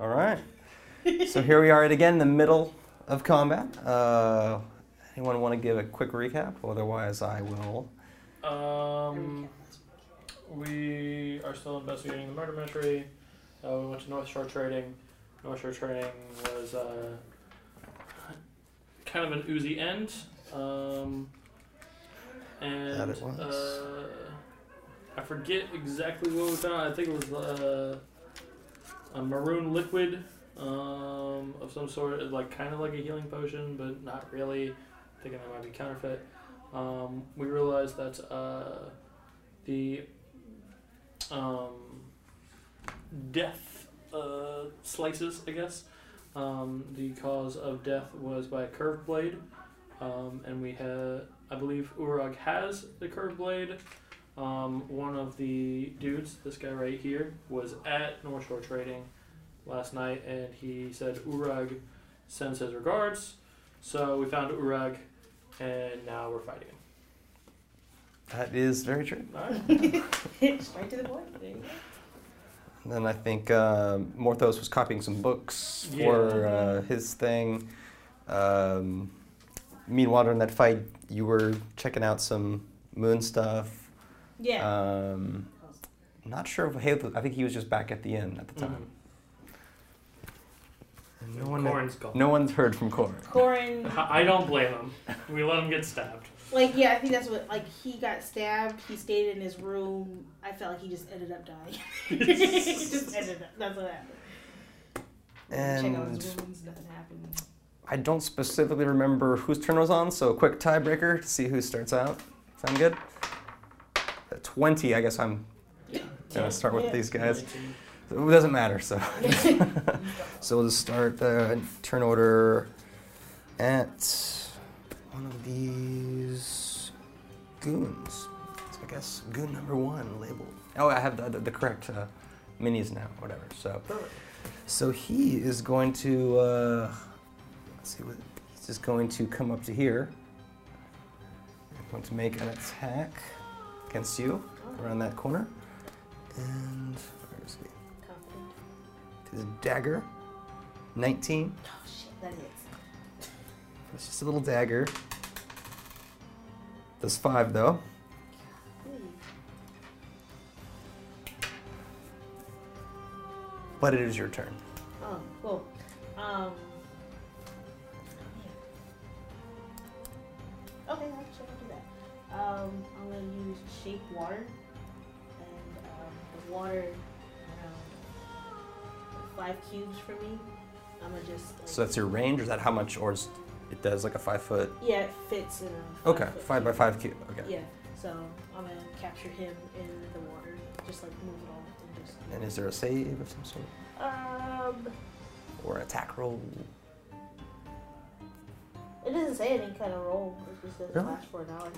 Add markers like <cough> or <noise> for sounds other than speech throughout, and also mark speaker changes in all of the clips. Speaker 1: All right. so here we are at again the middle of combat. Uh, anyone want to give a quick recap? Otherwise, I will.
Speaker 2: Um, we are still investigating the murder mystery. Uh, we went to North Shore Trading. North Shore Trading was uh, kind of an oozy end. Um, and
Speaker 1: That it was.
Speaker 2: Uh, I forget exactly what we found. I think it was uh, a maroon liquid um, of some sort, like kind of like a healing potion, but not really. Thinking that might be counterfeit. Um, we realized that uh, the um, death uh, slices, I guess. Um, the cause of death was by a curved blade, um, and we had, I believe, Urag has the curved blade. Um, one of the dudes, this guy right here, was at North Shore Trading last night, and he said Urag sends his regards. So we found Urag, and now we're fighting him.
Speaker 1: That is very true.
Speaker 2: All right.
Speaker 3: Straight to the point. There you go.
Speaker 1: And then I think um Morthos was copying some books
Speaker 2: Yeah.
Speaker 1: for uh, his thing. Um, meanwhile, during that fight, you were checking out some moon stuff.
Speaker 3: Yeah.
Speaker 1: Um, not sure if Haleth, I think he was just back at the inn at the time.
Speaker 2: Mm-hmm.
Speaker 1: And No, one,
Speaker 2: Corn's gone.
Speaker 1: no one's heard from Corin.
Speaker 3: Corin,
Speaker 2: I don't blame him. We let him get stabbed.
Speaker 3: like, yeah, I think that's what, like, he got stabbed. He stayed in his room. I felt like he just ended up dying. <laughs> just ended up. That's what happened. Check out
Speaker 1: And
Speaker 3: his wounds. Nothing happened.
Speaker 1: I don't specifically remember whose turn was on, so a quick tiebreaker to see who starts out. Sound good? Uh, 20, I guess I'm going to start with
Speaker 3: Yeah.
Speaker 1: these guys. It doesn't matter, so. so we'll just start the turn order at one of these goons. So I guess goon number one labeled. Oh, I have the, the, the correct uh, minis now, whatever. So, so he is going to. Uh, let's see what he's just going to come up to here. I'm going to make an attack against you around that corner, and where is he?
Speaker 3: Confident.
Speaker 1: His dagger, 19.
Speaker 3: Oh, shit. That is.
Speaker 1: It's just a little dagger. Does five though. But it is your turn.
Speaker 3: Oh, cool. Um. Okay, actually, I'll do that. Um, I'm gonna use shape water, and um, the water around five cubes for me. I'm gonna just. Like,
Speaker 1: So that's your range, or is that how much, or is it does like a five foot?
Speaker 3: yeah, it fits in a. Five
Speaker 1: Okay,
Speaker 3: foot
Speaker 1: five by
Speaker 3: cube.
Speaker 1: five cube. Okay.
Speaker 3: Yeah, so I'm gonna capture him in the water, just like move it all and just.
Speaker 1: And is there a save of some sort,
Speaker 3: Um,
Speaker 1: or attack roll?
Speaker 3: it doesn't say any kind of roll. It just says
Speaker 1: Really?
Speaker 3: flash for an hour.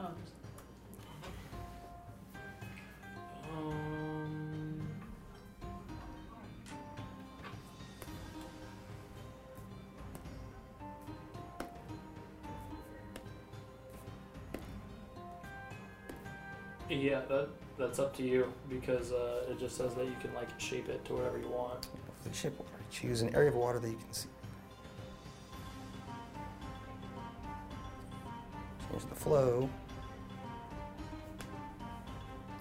Speaker 3: Oh,
Speaker 2: Um, yeah, that that's up to you because uh, it just says that you can like shape it to whatever you want.
Speaker 1: The shape of water. Choose an area of water that you can see. Change the flow.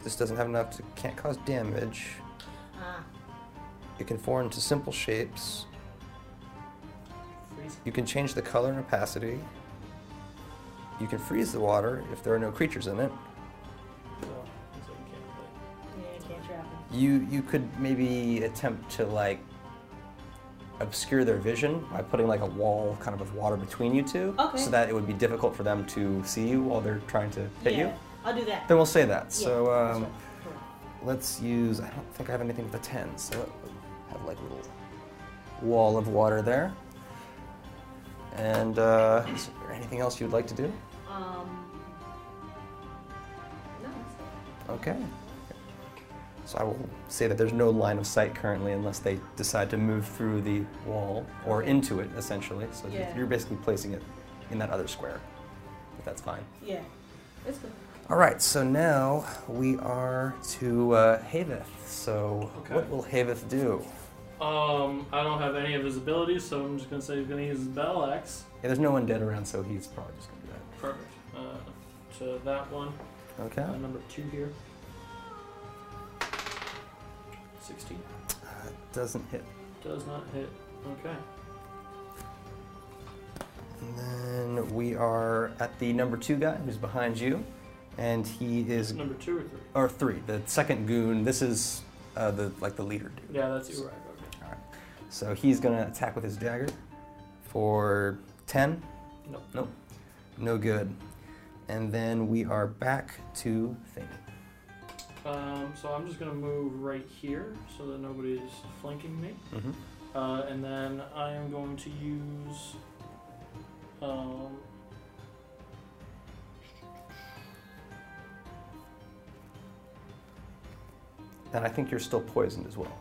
Speaker 1: This doesn't have enough to can't cause damage.
Speaker 3: ah.
Speaker 1: It can form into simple shapes.
Speaker 2: Freeze.
Speaker 1: You can change the color and opacity. You can freeze the water if there are no creatures in it.
Speaker 2: So, so you can't really-
Speaker 3: Yeah, I can't trap him.
Speaker 1: You you could maybe attempt to like obscure their vision by putting like a wall kind of of water between you two,
Speaker 3: Okay.
Speaker 1: so that it would be difficult for them to see you while they're trying to hit
Speaker 3: yeah,
Speaker 1: you.
Speaker 3: I'll do that.
Speaker 1: Then we'll say that.
Speaker 3: Yeah,
Speaker 1: So
Speaker 3: that's
Speaker 1: um,
Speaker 3: right. Cool.
Speaker 1: let's use. I don't think I have anything with a ten, so have like a little wall of water there. And uh, is there anything else you would like to do?
Speaker 3: Um. No. it's
Speaker 1: Okay. So I will say that there's no line of sight currently unless they decide to move through the wall or into it, essentially. So
Speaker 3: Yeah.
Speaker 1: you're basically placing it in that other square, if that's fine.
Speaker 3: Yeah. It's good.
Speaker 1: All right, so now we are to uh, Haveth. So
Speaker 2: Okay.
Speaker 1: what will Haveth do?
Speaker 2: Um, I don't have any of his abilities, so I'm just gonna say he's gonna use his battle axe.
Speaker 1: Yeah, there's no one dead around, so he's probably just gonna do
Speaker 2: Perfect. Uh, so that one,
Speaker 1: that. Okay.
Speaker 2: uh, number two here. Sixteen
Speaker 1: Doesn't hit.
Speaker 2: does not hit. Okay.
Speaker 1: And then we are at the number two guy who's behind you, and he is
Speaker 2: Number two or three?
Speaker 1: or three, the second goon. This is uh, the like the leader dude.
Speaker 2: Yeah, that's you. Right. Okay.
Speaker 1: So he's gonna attack with his dagger for ten.
Speaker 2: Nope.
Speaker 1: Nope. No good. And then we are back to thing.
Speaker 2: Um, so I'm just gonna move right here so that nobody's flanking me.
Speaker 1: Mm-hmm.
Speaker 2: Uh, and then I am going to use. Um,
Speaker 1: And I think you're still poisoned as well,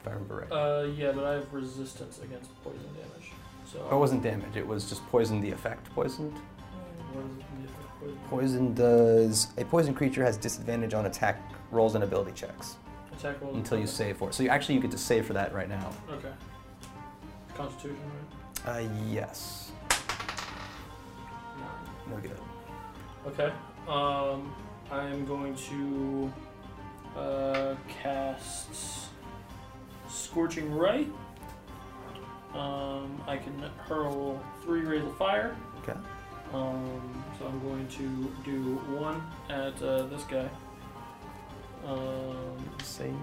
Speaker 1: if I remember right.
Speaker 2: uh, yeah, but I have resistance against poison damage. So
Speaker 1: Oh, it wasn't damage. It was just poison. The effect poisoned.
Speaker 2: What is the different
Speaker 1: Poison
Speaker 2: poison?
Speaker 1: does a poison creature has disadvantage on attack rolls and ability checks
Speaker 2: Attack roll.
Speaker 1: until you
Speaker 2: okay.
Speaker 1: save for it. So you actually you get to save for that right now.
Speaker 2: Okay. Constitution, right?
Speaker 1: Uh, yes.
Speaker 2: No.
Speaker 1: No good.
Speaker 2: Okay. Um, I am going to uh, cast Scorching Ray. Um, I can hurl three rays of fire.
Speaker 1: Okay.
Speaker 2: Um, so I'm going to do one at uh, this guy. Um,
Speaker 1: Save.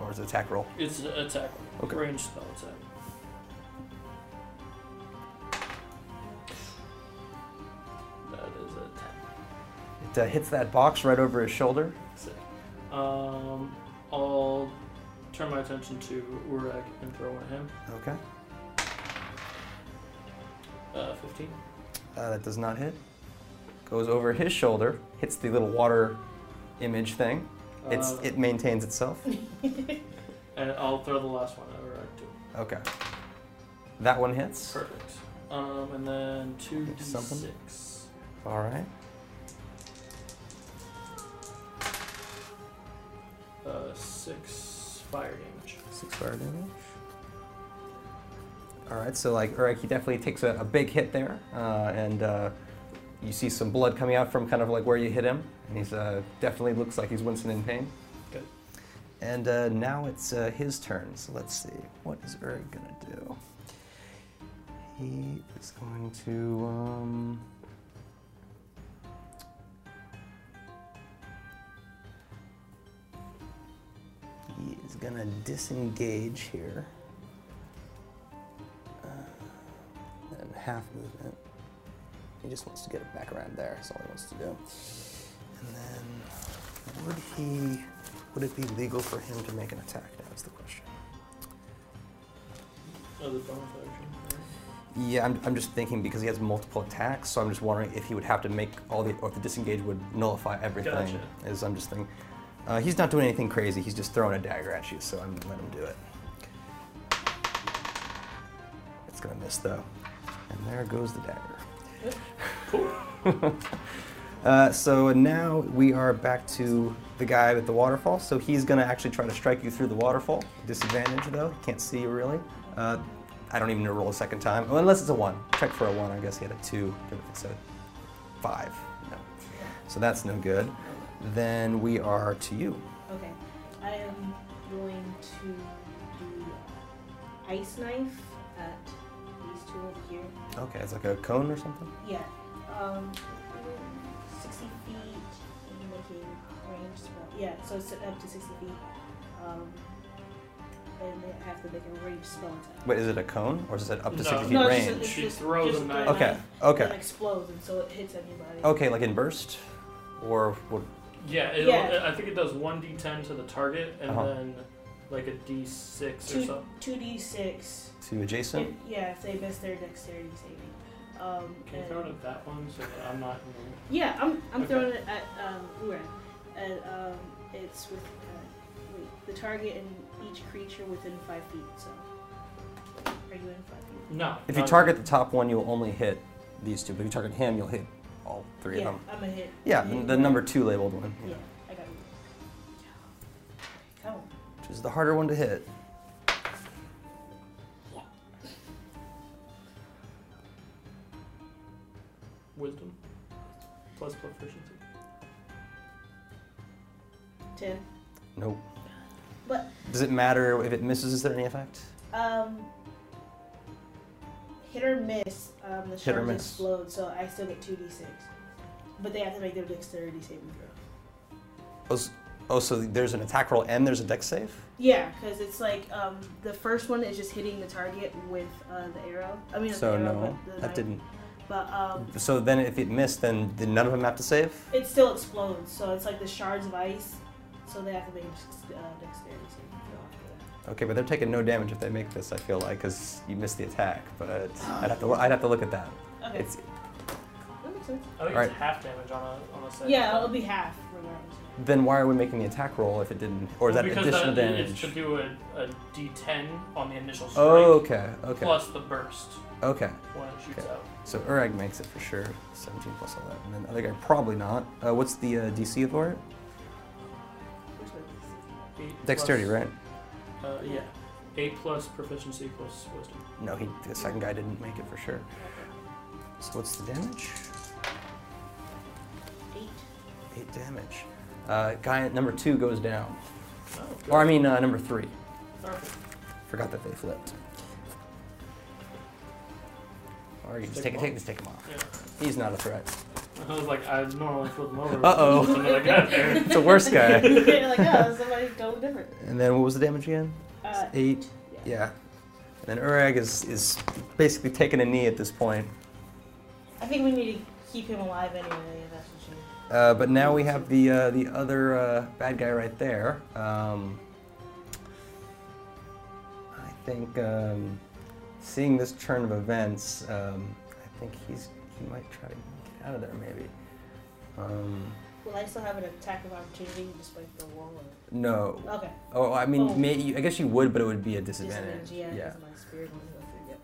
Speaker 1: Or is it attack roll?
Speaker 2: it's an attack.
Speaker 1: Okay.
Speaker 2: Range spell attack. That is a 10.
Speaker 1: It uh, hits that box right over his shoulder.
Speaker 2: Sick. Um, I'll turn my attention to Urek and throw one at him.
Speaker 1: Okay.
Speaker 2: Uh, 15.
Speaker 1: Uh, that does not hit. Goes over his shoulder. Hits the little water image thing. It's
Speaker 2: Uh,
Speaker 1: it maintains <laughs> itself.
Speaker 2: And I'll throw the last one at Urek too.
Speaker 1: Okay. That one hits.
Speaker 2: Perfect. Um, and then 2d6.
Speaker 1: Something? All right.
Speaker 2: Uh, 6 fire damage.
Speaker 1: Six fire damage. All right, so like Urek, he definitely takes a, a big hit there, uh, and uh, you see some blood coming out from kind of like where you hit him, and he's uh, definitely looks like he's wincing in pain.
Speaker 2: Good.
Speaker 1: And uh, now it's uh, his turn. So let's see, what is Urek gonna do? He is going to. Um, He is gonna disengage here. Uh, and half movement. He just wants to get it back around there. That's all he wants to do. And then, would he? Would it be legal for him to make an attack? Now is the question.
Speaker 2: Other Oh, bonus action.
Speaker 1: Yeah, I'm, I'm just thinking because he has multiple attacks, so I'm just wondering if he would have to make all the, or if the disengage would nullify everything.
Speaker 2: Gotcha.
Speaker 1: Is I'm just thinking, uh, he's not doing anything crazy. He's just throwing a dagger at you, so I'm gonna let him do it. It's gonna miss though, and there goes the dagger.
Speaker 2: Cool.
Speaker 1: Uh, so now we are back to the guy with the waterfall. So he's going to actually try to strike you through the waterfall. Disadvantage though, he can't see you really. Uh, I don't even know roll a second time, oh, unless it's a one. Check for a one. I guess he had a two. It's a five. No, so that's no good. Then we are to you.
Speaker 3: Okay. I am going to do ice knife at these two over here.
Speaker 1: Okay, it's like a cone or something.
Speaker 3: Yeah. Um, 60 feet, and making range spell. Yeah, so it's up to 60 feet. Um, and they have to make a range spell attack.
Speaker 1: Wait, is it a cone or is it up to
Speaker 2: No.
Speaker 1: sixty feet
Speaker 2: No,
Speaker 3: it's just-
Speaker 1: range?
Speaker 3: it's
Speaker 2: She
Speaker 3: just-
Speaker 2: throws a
Speaker 3: just throw
Speaker 2: knife.
Speaker 1: Okay, okay, Oh,
Speaker 3: And explodes, and so it hits anybody.
Speaker 1: okay, like in burst, or what?
Speaker 2: Yeah, it'll,
Speaker 3: Yeah.
Speaker 2: I think it does 1d10 to the target and
Speaker 1: Uh-huh.
Speaker 2: then like a d6 or something.
Speaker 3: 2d6.
Speaker 1: To adjacent.
Speaker 3: If- yeah, if they miss their dexterity saving. Um,
Speaker 2: Can you
Speaker 3: and-
Speaker 2: throw it at that one so that I'm not in
Speaker 3: Yeah, I'm, I'm
Speaker 2: Okay.
Speaker 3: throwing it at um, Uran. And um, it's with uh, wait, the target and each creature within five feet. So, are you in five feet?
Speaker 2: the... No.
Speaker 1: If you
Speaker 2: not-
Speaker 1: target the top one, you'll only hit these two. But if you target him, you'll hit all three
Speaker 3: yeah,
Speaker 1: of them.
Speaker 3: I'm a hit.
Speaker 1: Yeah,
Speaker 3: You-
Speaker 1: the number two labeled one,
Speaker 3: Yeah, I got you. Come on.
Speaker 1: which is the harder one to hit.
Speaker 2: Wisdom. Plus proficiency.
Speaker 3: Ten.
Speaker 1: Nope.
Speaker 3: But-
Speaker 1: does it matter if it misses? Is there any effect?
Speaker 3: Um, hit or miss. Um, the
Speaker 1: Hit or
Speaker 3: shards
Speaker 1: miss.
Speaker 3: explode, so I still get two d six. But they have to make their dexterity saving throw.
Speaker 1: Oh, s- oh, so there's an attack roll and there's a dex save.
Speaker 3: Yeah, because it's like um, the first one is just hitting the target with uh, the arrow. I mean, not
Speaker 1: So
Speaker 3: the arrow,
Speaker 1: no,
Speaker 3: but the
Speaker 1: that
Speaker 3: knife.
Speaker 1: didn't.
Speaker 3: But um,
Speaker 1: So then, if it missed, then did none of them have to save?
Speaker 3: it still explodes, so it's like the shards of ice. So they have to make a dex- uh, dexterity saving throw after that.
Speaker 1: Okay, but they're taking no damage if they make this. I feel like because you missed the attack, but I'd have to I'd have to look at that.
Speaker 3: Oh. Okay,
Speaker 1: It's
Speaker 3: that makes sense.
Speaker 2: I think
Speaker 1: Alright.
Speaker 2: it's half damage on a on a set.
Speaker 3: Yeah, it'll be half regardless.
Speaker 1: then why are we making the attack roll if it didn't, or is
Speaker 2: Well,
Speaker 1: that
Speaker 2: because
Speaker 1: additional
Speaker 2: that, it- It
Speaker 1: damage?
Speaker 2: should do a, a D10 on the initial strike
Speaker 1: Oh, okay, okay,
Speaker 2: plus the burst
Speaker 1: okay.
Speaker 2: when it shoots
Speaker 1: Okay.
Speaker 2: out.
Speaker 1: So Urag makes it for sure. 17 plus all that, and then other guy probably not. Uh, what's the uh, DC for it?
Speaker 3: Which one is it?
Speaker 2: Eight
Speaker 1: Dexterity,
Speaker 2: plus,
Speaker 1: right?
Speaker 2: Uh, yeah. Eight plus proficiency plus wisdom.
Speaker 1: No, he, the second guy didn't make it for sure. So what's the damage?
Speaker 3: Eight.
Speaker 1: Eight damage. Uh, guy at number two goes down,
Speaker 2: Oh, good.
Speaker 1: or I mean uh, number three.
Speaker 2: Perfect.
Speaker 1: Forgot that they flipped. Or you
Speaker 2: Just
Speaker 1: just
Speaker 2: take
Speaker 1: take,
Speaker 2: 'em
Speaker 1: take, just take him off.
Speaker 2: Yeah.
Speaker 1: He's not a threat.
Speaker 2: I was like, I normally flip them over.
Speaker 3: <laughs>
Speaker 1: Uh-oh.
Speaker 2: <laughs> Something like that there.
Speaker 1: It's the worst guy.
Speaker 3: You're like, oh, somebody totally different.
Speaker 1: And then what was the damage again?
Speaker 3: Uh,
Speaker 1: Eight. Yeah. And then Urag is, is basically taking a knee at this point.
Speaker 3: I think we need to keep him alive anyway. If that's what you.
Speaker 1: Uh, but now we have the uh, the other uh, bad guy right there. Um, I think um, seeing this turn of events, um, I think he's he might try to get out of there maybe. Um,
Speaker 3: Will I still have an attack of opportunity despite the wall? Or...
Speaker 1: no.
Speaker 3: Okay.
Speaker 1: Oh, I mean,
Speaker 3: Oh.
Speaker 1: may you I guess you would, but it would be a disadvantage.
Speaker 3: Disadvantage. Yeah.
Speaker 1: yeah.
Speaker 3: 'cause My spirit won't go through. Yep.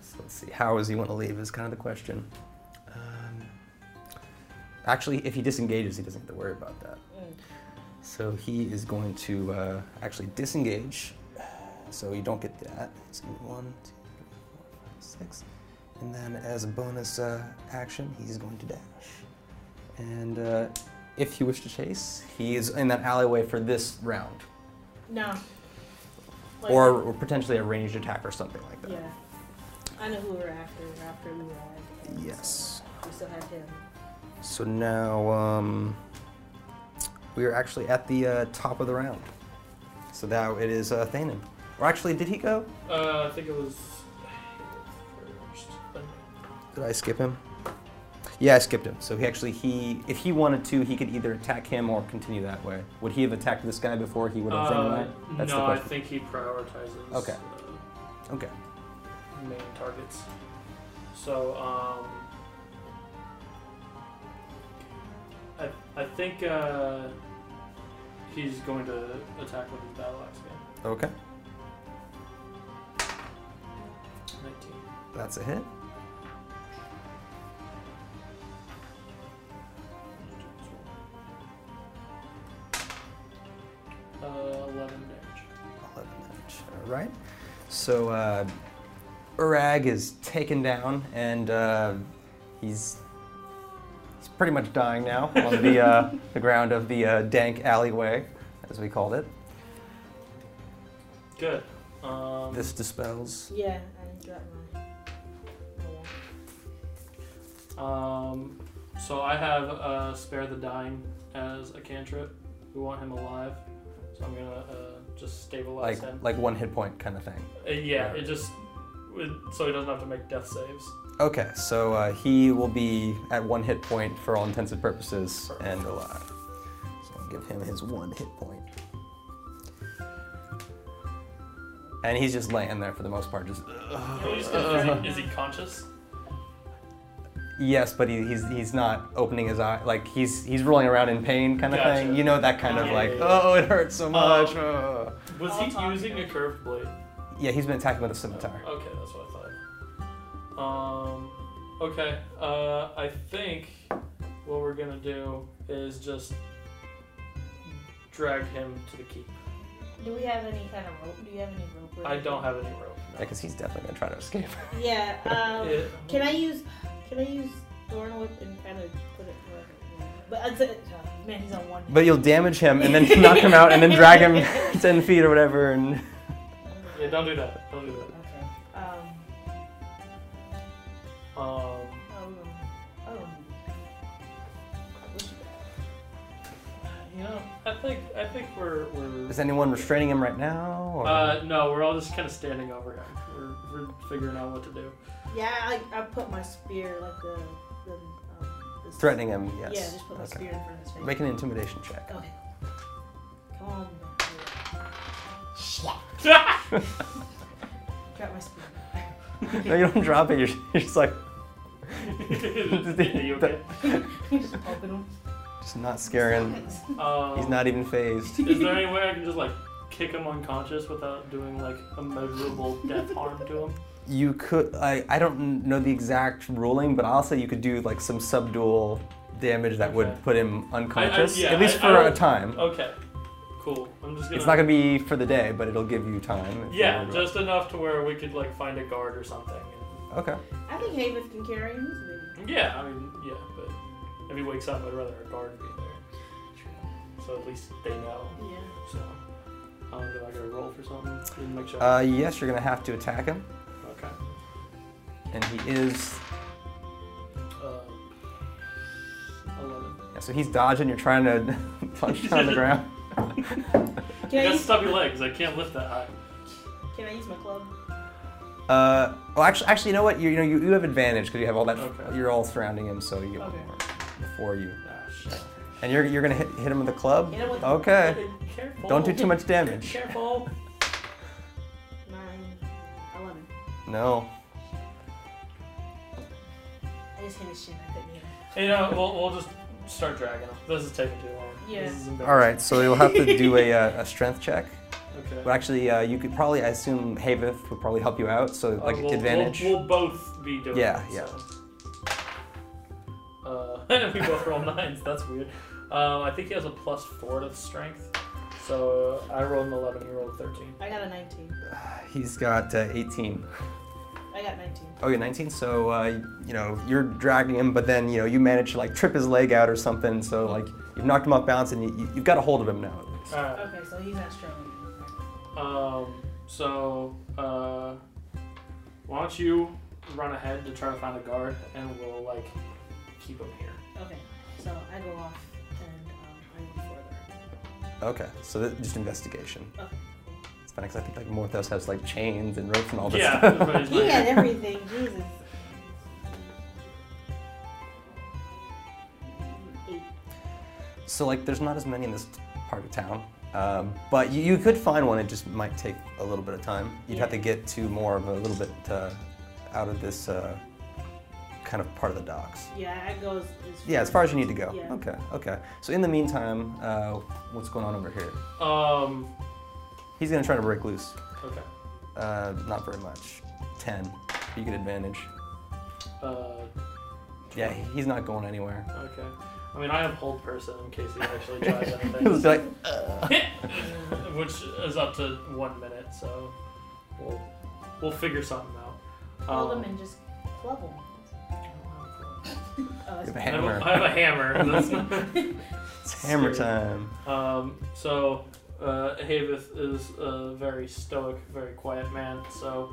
Speaker 1: So let's see. How does he want to leave? Is kind of the question. Um, actually, if he disengages, he doesn't have to worry about that.
Speaker 3: Mm.
Speaker 1: So he is going to uh, actually disengage. So you don't get that. It's gonna be one, two, three, four, five, six. And then as a bonus uh, action, he's going to dash. And uh, if you wish to chase, he is in that alleyway for this round,
Speaker 3: No. Like,
Speaker 1: or, or potentially a ranged attack or something like that.
Speaker 3: Yeah. I know who we're after. We're after Murad. and
Speaker 1: Yes.
Speaker 3: so We still have him.
Speaker 1: So now um, we are actually at the uh, top of the round. So now it is uh, Thanen. Or actually, did he go?
Speaker 2: Uh, I think it was first.
Speaker 1: Did I skip him? Yeah, I skipped him. So he actually he if he wanted to, he could either attack him or continue that way. Would he have attacked this guy before he would have done
Speaker 2: Uh,
Speaker 1: that? That's the
Speaker 2: no, I
Speaker 1: question.
Speaker 2: think he prioritizes
Speaker 1: Okay.
Speaker 2: uh,
Speaker 1: Okay.
Speaker 2: main targets. So, um, I, I think uh, he's going to attack with his battle axe again.
Speaker 1: Okay.
Speaker 2: 19.
Speaker 1: That's a hit.
Speaker 2: Uh, 11 damage.
Speaker 1: Eleven damage. All right. So uh, Urag is taken down, and uh, he's he's pretty much dying now on the uh, the ground of the uh, dank alleyway, as we called it.
Speaker 2: Good. Um,
Speaker 1: This dispels.
Speaker 3: Yeah. I dropped my. Yeah.
Speaker 2: Um, so I have uh, spare the dying as a cantrip. We want him alive, so I'm gonna uh, just stabilize
Speaker 1: Like
Speaker 2: him.
Speaker 1: like one hit point kind of thing.
Speaker 2: Uh,
Speaker 1: Yeah.
Speaker 2: yeah, it just it, so he doesn't have to make death saves.
Speaker 1: Okay, so uh, he will be at one hit point for all intents and purposes and alive. So I'll give him his one hit point. And he's just laying there for the most part. Just
Speaker 2: Can we just confirm, <laughs> is he conscious?
Speaker 1: yes, but he, he's he's not opening his eye. Like he's he's rolling around in pain, kind of thing.
Speaker 2: Gotcha.
Speaker 1: You know that kind of
Speaker 2: Yeah,
Speaker 1: like
Speaker 2: yeah, yeah. Um,
Speaker 1: oh it hurts so much. oh."
Speaker 2: Was
Speaker 3: I'll
Speaker 2: he
Speaker 3: talk
Speaker 2: using
Speaker 3: to
Speaker 2: a
Speaker 3: him.
Speaker 2: curved blade? Oh,
Speaker 1: Yeah, he's been attacking with a scimitar.
Speaker 2: Okay, that's what I thought. Um, Okay. Uh, I think what we're gonna do is just drag him to the keep.
Speaker 3: Do we have any kind of rope? Do you have any rope? or
Speaker 2: I don't
Speaker 3: anything?
Speaker 2: have any rope.
Speaker 1: Yeah, because he's definitely gonna try to escape.
Speaker 3: Yeah. Um,
Speaker 2: Yeah.
Speaker 3: Can I use? Can I use thorn whip and kind of put it? wherever it wants? But I'd say, oh, man, he's on one.
Speaker 1: But you'll damage him and then <laughs> knock him out and then drag him <laughs> ten feet or whatever. And
Speaker 2: Yeah, don't do that. Don't do that.
Speaker 3: Okay. Um.
Speaker 2: Um,
Speaker 3: Um, um,
Speaker 2: you know, I think I think we're we're.
Speaker 1: is anyone restraining him right now? Or?
Speaker 2: Uh, no, we're all just kind of standing over him. We're, we're figuring out what to
Speaker 1: <laughs>
Speaker 2: do.
Speaker 3: yeah, I, I put my spear like the the, um, the
Speaker 1: Threatening him.
Speaker 3: Yeah,
Speaker 1: Yes.
Speaker 3: just put my
Speaker 1: okay.
Speaker 3: spear in Oh. front of his face.
Speaker 1: Make an intimidation check.
Speaker 3: okay. Come on. Shit. Drop
Speaker 1: <laughs>
Speaker 3: my spear.
Speaker 1: No, you don't drop it. You're, <laughs> you're just like
Speaker 2: Are you okay?
Speaker 3: Just open him.
Speaker 1: just not scaring. him.
Speaker 2: Um,
Speaker 1: He's not e- even phased.
Speaker 2: Is there any way I can just like kick him unconscious without doing like immeasurable death harm to him?
Speaker 1: You could. I I don't know the exact ruling, but I'll say you could do like some subdual damage that
Speaker 2: Okay.
Speaker 1: would put him unconscious,
Speaker 2: yeah,
Speaker 1: at least
Speaker 2: I-
Speaker 1: for
Speaker 2: I
Speaker 1: a
Speaker 2: don't-
Speaker 1: time.
Speaker 2: Okay, cool. I'm just gonna.
Speaker 1: It's not gonna be for the day, but it'll give you time. if you
Speaker 2: Yeah,
Speaker 1: wanna go.
Speaker 2: just enough to where we could like find a guard or something.
Speaker 1: okay.
Speaker 3: I think Haven can carry him. He's big.
Speaker 2: Yeah, I mean, yeah, but if he wakes up, I'd rather a guard be there. So at least they know.
Speaker 3: Yeah.
Speaker 2: So, um, do I gotta roll for something? Just Make sure.
Speaker 1: Uh, yes, you're gonna have to attack him,
Speaker 2: okay.
Speaker 1: and he is.
Speaker 2: Uh, Eleven.
Speaker 1: Yeah, so he's dodging. You're trying to <laughs> punch him on
Speaker 2: <laughs>
Speaker 1: the ground.
Speaker 2: I
Speaker 3: Can I,
Speaker 2: got
Speaker 3: use,
Speaker 2: stubby legs. I can't lift that high.
Speaker 3: can I use my club?
Speaker 1: Uh, well, actually, actually, you know what? You, you know, you, you have advantage because you have all that.
Speaker 2: Okay.
Speaker 1: You're all surrounding him, so you
Speaker 3: Okay.
Speaker 1: before you,
Speaker 2: Ah, shit.
Speaker 1: and you're you're gonna hit, hit him with a club.
Speaker 3: Hit him with the-
Speaker 1: Okay.
Speaker 2: Careful.
Speaker 1: Don't do too much damage.
Speaker 2: Careful.
Speaker 3: Nine. Eleven.
Speaker 1: No.
Speaker 3: I just hit his shin. I couldn't hit him.
Speaker 2: You know, we'll, we'll just start dragging him. This is taking too long.
Speaker 3: Yeah.
Speaker 2: This is embarrassing.
Speaker 1: All right, so you'll have to do a, uh, a strength check.
Speaker 2: Okay.
Speaker 1: But actually, uh, you could probably, I assume, Havith would probably help you out. So
Speaker 2: Uh,
Speaker 1: like
Speaker 2: we'll,
Speaker 1: advantage.
Speaker 2: We'll, we'll both be doing
Speaker 1: Yeah,
Speaker 2: it.
Speaker 1: yeah.
Speaker 2: So. Uh, <laughs> we both roll nines. That's weird. Um, I think he has a plus four to strength. So uh, I rolled an 11, you rolled a 13.
Speaker 3: I got a nineteen.
Speaker 1: He's got uh, 18.
Speaker 3: I got nineteen.
Speaker 1: Oh yeah, 19. So uh, you know you're dragging him, but then you know you manage to like trip his leg out or something. So like you've knocked him off balance, and you, you- you've got a hold of him now. At least.
Speaker 2: Alright.
Speaker 3: Okay, so he's not struggling.
Speaker 2: Um, so, uh, why don't you run ahead to try to find a guard and we'll, like, keep him here.
Speaker 3: Okay, so I go off and um, I look for
Speaker 1: Okay, so th- just investigation.
Speaker 3: her. Okay.
Speaker 1: It's funny because I think like Morthos has like chains and ropes and all this
Speaker 2: Yeah,
Speaker 1: stuff.
Speaker 2: everybody's
Speaker 3: He
Speaker 2: like-
Speaker 3: had everything, <laughs> Jesus. Eight.
Speaker 1: so like there's not as many in this part of town, um, but you, you could find one. It just might take a little bit of time. You'd have to get to more of a little bit uh, out of this uh, kind of part of the docks.
Speaker 3: Yeah, I go as, as
Speaker 1: Yeah, as far as you need to go.
Speaker 3: Yeah.
Speaker 1: Okay, okay. So in the meantime, uh, what's going on over here?
Speaker 2: Um,
Speaker 1: He's gonna try to break loose.
Speaker 2: okay.
Speaker 1: Uh, not very much. Ten. You get advantage.
Speaker 2: Uh,
Speaker 1: Yeah, he- he's not going anywhere.
Speaker 2: okay. I mean, I have hold person in case he actually tries
Speaker 1: <laughs> He'll
Speaker 2: anything.
Speaker 1: be like,
Speaker 2: which is up to one minute, so we'll we'll figure something out.
Speaker 3: Hold
Speaker 2: Um,
Speaker 3: him and just club <laughs> him. Oh,
Speaker 1: you have
Speaker 3: that's
Speaker 1: a
Speaker 2: I have
Speaker 1: hammer.
Speaker 2: a- I have a hammer. That's not-
Speaker 1: It's hammer
Speaker 2: Scary.
Speaker 1: time.
Speaker 2: Um, so, uh, Havith is a very stoic, very quiet man, so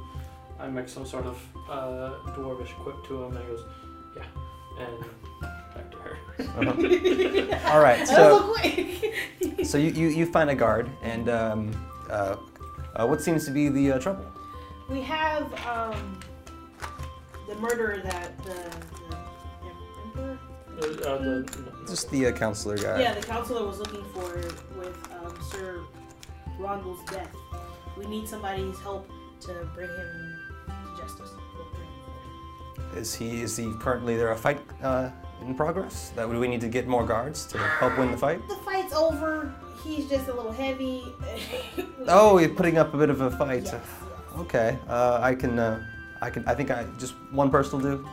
Speaker 2: I make some sort of uh, dwarvish quip to him, and he goes, Yeah, and back to her.
Speaker 1: Uh-huh. All
Speaker 3: <laughs>
Speaker 1: right,
Speaker 3: that was
Speaker 1: so
Speaker 3: so quick.
Speaker 1: so you, you, you find a guard, and um, uh, uh, what seems to be the uh, trouble?
Speaker 3: we have um, the murderer that the, the em- emperor.
Speaker 2: Uh, uh, the,
Speaker 1: Just the uh, counselor guy.
Speaker 3: Yeah, the counselor was looking for with um, Sir Rondel's death. We need somebody's help to bring him to justice. We'll bring him
Speaker 1: Is he is he currently there a fight uh, in progress? That we need to get more guards to help win the fight.
Speaker 3: forward. The fight's over. He's just a little heavy.
Speaker 1: <laughs> Oh, you're putting up a bit of a fight.
Speaker 3: Yes, yes.
Speaker 1: Okay, uh, I can. Uh, I can. I think I just one person will do.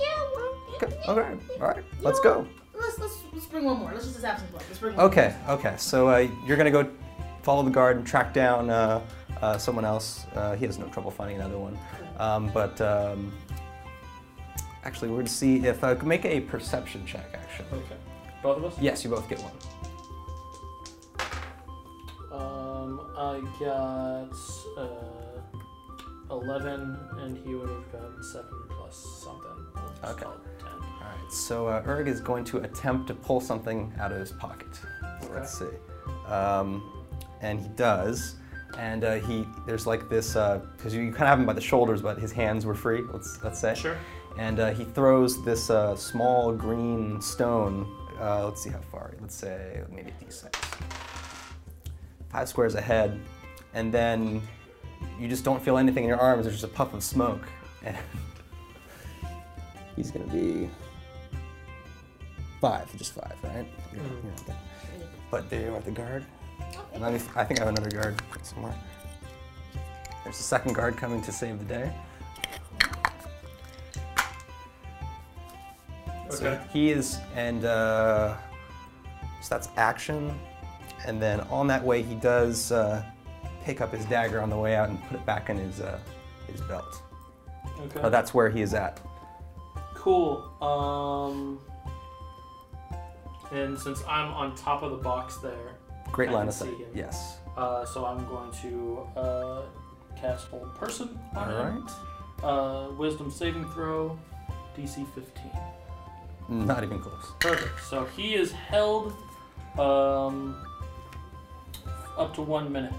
Speaker 3: Yeah,
Speaker 1: Okay. Okay. All right. Let's go.
Speaker 3: Let's let's let's bring one more. Let's just have some fun. Let's bring one.
Speaker 1: Okay. Okay. So uh, you're gonna go follow the guard and track down uh, uh, someone else. Uh, he has no trouble finding another one. Um, but um, actually, we're gonna see if uh, make a perception check. Actually.
Speaker 2: Okay. Both of us?
Speaker 1: Yes, you both get one.
Speaker 2: Um, I got uh, 11, and he would have gotten 7 plus something. Let's just
Speaker 1: Okay.
Speaker 2: call it 10.
Speaker 1: All right. So uh, Erg is going to attempt to pull something out of his pocket. Let's see. Um, and he does. And uh, he there's like this because you kind of have him by the shoulders, but his hands were free. Let's let's say.
Speaker 2: Sure.
Speaker 1: And uh, he throws this uh, small green stone. Uh, let's see how far. Let's say maybe d6. Five squares ahead, and then you just don't feel anything in your arms. There's just a puff of smoke, and <laughs> he's gonna be five, just five, right? Yeah,
Speaker 2: Mhm.
Speaker 1: yeah, okay. But there you are, the guard.
Speaker 3: Okay.
Speaker 1: And let me, I think I have another guard somewhere. There's a second guard coming to save the day. So
Speaker 2: Okay.
Speaker 1: he is, and uh, so that's action. And then on that way, he does uh, pick up his dagger on the way out and put it back in his uh, his belt.
Speaker 2: Okay.
Speaker 1: But that's where he is at.
Speaker 2: Cool. Um, and since I'm on top of the box there,
Speaker 1: Great
Speaker 2: I
Speaker 1: line
Speaker 2: can
Speaker 1: of sight.
Speaker 2: see him.
Speaker 1: Yes.
Speaker 2: uh, so I'm going to uh, cast Hold Person
Speaker 1: All
Speaker 2: on him.
Speaker 1: right.
Speaker 2: Uh, wisdom saving throw, DC 15.
Speaker 1: Not even close.
Speaker 2: Perfect. So he is held um, up to one minute.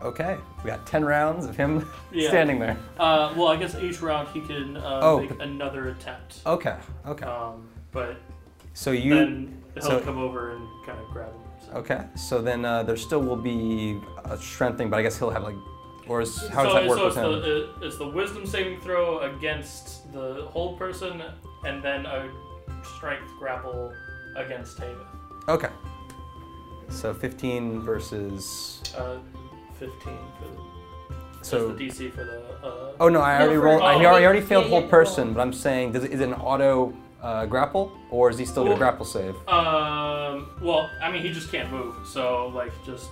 Speaker 1: Okay. We got ten rounds of him <laughs>
Speaker 2: Yeah.
Speaker 1: standing there.
Speaker 2: Uh, well, I guess each round he can uh,
Speaker 1: Oh,
Speaker 2: make
Speaker 1: but-
Speaker 2: another attempt.
Speaker 1: Okay. Okay.
Speaker 2: Um, but
Speaker 1: So you.
Speaker 2: then he'll
Speaker 1: so-
Speaker 2: come over and kind of grab him. So.
Speaker 1: okay. So then uh, there still will be a strength thing, but I guess he'll have like, or is, how does
Speaker 2: so,
Speaker 1: that work
Speaker 2: so
Speaker 1: with
Speaker 2: it's
Speaker 1: him?
Speaker 2: The, it- it's the wisdom saving throw against the whole person, and then a strength grapple against Tava.
Speaker 1: Okay. So 15 versus.
Speaker 2: Uh, 15 for
Speaker 1: So.
Speaker 2: that's the DC for the. Uh,
Speaker 1: Oh no, I
Speaker 3: No,
Speaker 1: already
Speaker 3: for-
Speaker 1: rolled. I
Speaker 2: oh,
Speaker 1: already, I already
Speaker 3: yeah,
Speaker 1: failed
Speaker 3: yeah,
Speaker 1: whole
Speaker 3: you
Speaker 1: person,
Speaker 3: rolled.
Speaker 1: but I'm saying, does it, is it an auto uh, grapple or is he still gonna
Speaker 2: Well-
Speaker 1: grapple save?
Speaker 2: Um. Well, I mean, he just can't move. So, like, just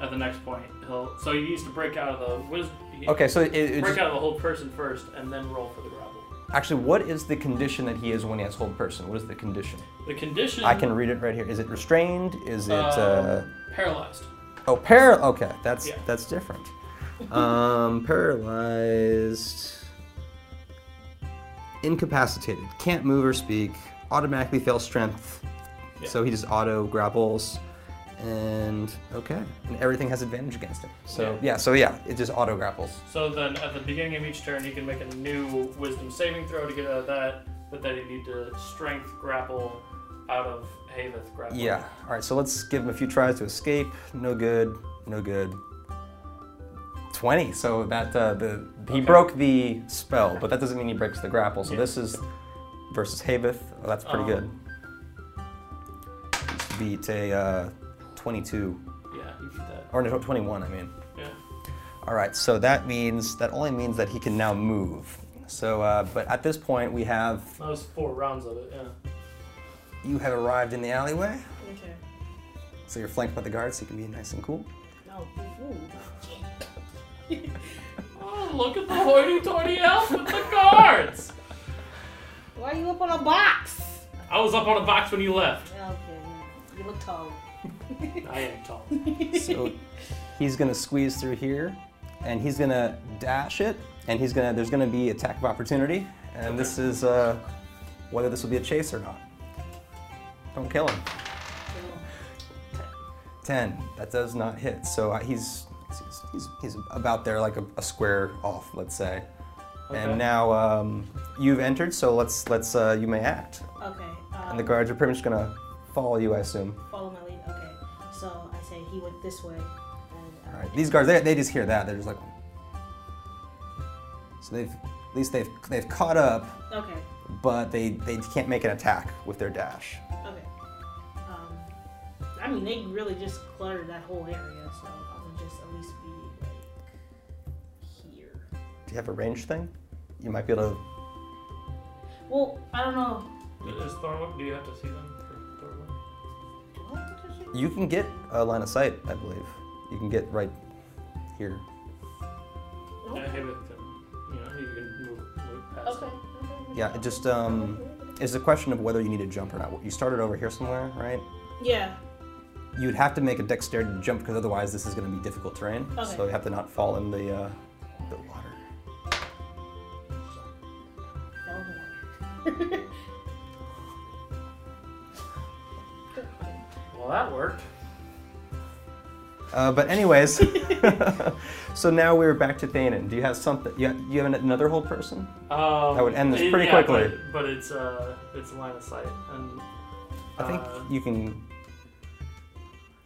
Speaker 2: at the next point, he'll. So he needs to break out of the wisdom.
Speaker 1: Okay, so it, it
Speaker 2: Break
Speaker 1: just,
Speaker 2: out of the whole person first, and then roll for the grapple.
Speaker 1: actually, what is the condition that he is when he has hold person? What is the condition?
Speaker 2: The condition. uh,
Speaker 1: I can read it right here. Is it restrained? Is it?
Speaker 2: um,
Speaker 1: Uh,
Speaker 2: paralyzed.
Speaker 1: oh, par. Okay, that's
Speaker 2: Yeah.
Speaker 1: that's different. Um, paralyzed, incapacitated, can't move or speak, automatically fails strength,
Speaker 2: Yeah.
Speaker 1: so he just auto grapples, and okay, and everything has advantage against him. So yeah,
Speaker 2: Yeah.
Speaker 1: so yeah, it just auto grapples.
Speaker 2: So then, at the beginning of each turn, he can make a new Wisdom saving throw to get out of that, but then you need to Strength grapple out of Haveth grapple.
Speaker 1: Yeah. All right. So let's give him a few tries to escape. No good. No good. Twenty. So that uh, the he
Speaker 2: Okay.
Speaker 1: broke the spell, but that doesn't mean he breaks the grapple. So
Speaker 2: Yeah.
Speaker 1: this is versus Haveth. Oh, that's pretty good.
Speaker 2: Um,
Speaker 1: Beat a uh, twenty-two
Speaker 2: Yeah, you beat that.
Speaker 1: or no, twenty-one. I mean.
Speaker 2: Yeah.
Speaker 1: All right, so that means that only means that he can now move. So, uh, but at this point, we have
Speaker 2: That was four rounds of it. Yeah.
Speaker 1: you have arrived in the alleyway,
Speaker 3: Okay.
Speaker 1: so you're flanked by the guards, so you can be nice and cool.
Speaker 3: No. Ooh.
Speaker 2: Oh, look at the hoity-toity elf with the guards!
Speaker 3: Why are you up on a box?
Speaker 2: I was up on a box when you left.
Speaker 3: Okay. You look tall.
Speaker 2: I
Speaker 1: <laughs>
Speaker 2: am tall.
Speaker 1: So he's gonna squeeze through here, and he's gonna dash it, and he's gonna. There's gonna be attack of opportunity, and this is uh, whether this will be a chase or not. Don't kill him. Ten. That does not hit. So uh, he's, he's he's he's about there, like a, a square off, let's say.
Speaker 2: Okay.
Speaker 1: And now um, you've entered, so let's let's uh, you may act.
Speaker 3: Okay. Um,
Speaker 1: And the guards are pretty much gonna follow you, I assume.
Speaker 3: Follow my lead. Okay. So I say he went this way. And,
Speaker 1: All
Speaker 3: uh,
Speaker 1: right. These guards, they, they just hear that. They're just like. So they've at least they've they've caught up,
Speaker 3: Okay.
Speaker 1: but they they can't make an attack with their dash.
Speaker 3: Okay. Um, I mean, they really just cluttered that whole area, so I'm gonna just at least be like here.
Speaker 1: Do you have a range thing? You might be able to.
Speaker 3: Well, I don't know.
Speaker 2: Is Thornwick, do you have to see them for Thornwick?
Speaker 3: What did you
Speaker 1: You can get a line of sight, I believe. You can get right here.
Speaker 3: Nope.
Speaker 2: Yeah, hit it. Then, you know, you can move, move past
Speaker 3: Okay.
Speaker 2: it.
Speaker 3: okay.
Speaker 1: Yeah, it just um, is a question of whether you need to jump or not. You started over here somewhere, right?
Speaker 3: Yeah.
Speaker 1: You'd have to make a dexterity jump because otherwise this is going to be difficult terrain.
Speaker 3: Okay.
Speaker 1: So you have to not fall in the uh, the water.
Speaker 3: Fell in the water.
Speaker 2: Well, that worked.
Speaker 1: Uh, but anyways, <laughs> so now we're back to Thanen. Do you have something? You have, you have another whole person?
Speaker 2: Um,
Speaker 1: That would end this
Speaker 2: it-
Speaker 1: pretty
Speaker 2: yeah,
Speaker 1: quickly.
Speaker 2: But, but it's uh, it's line of sight, and
Speaker 1: I think
Speaker 2: Uh,
Speaker 1: you can,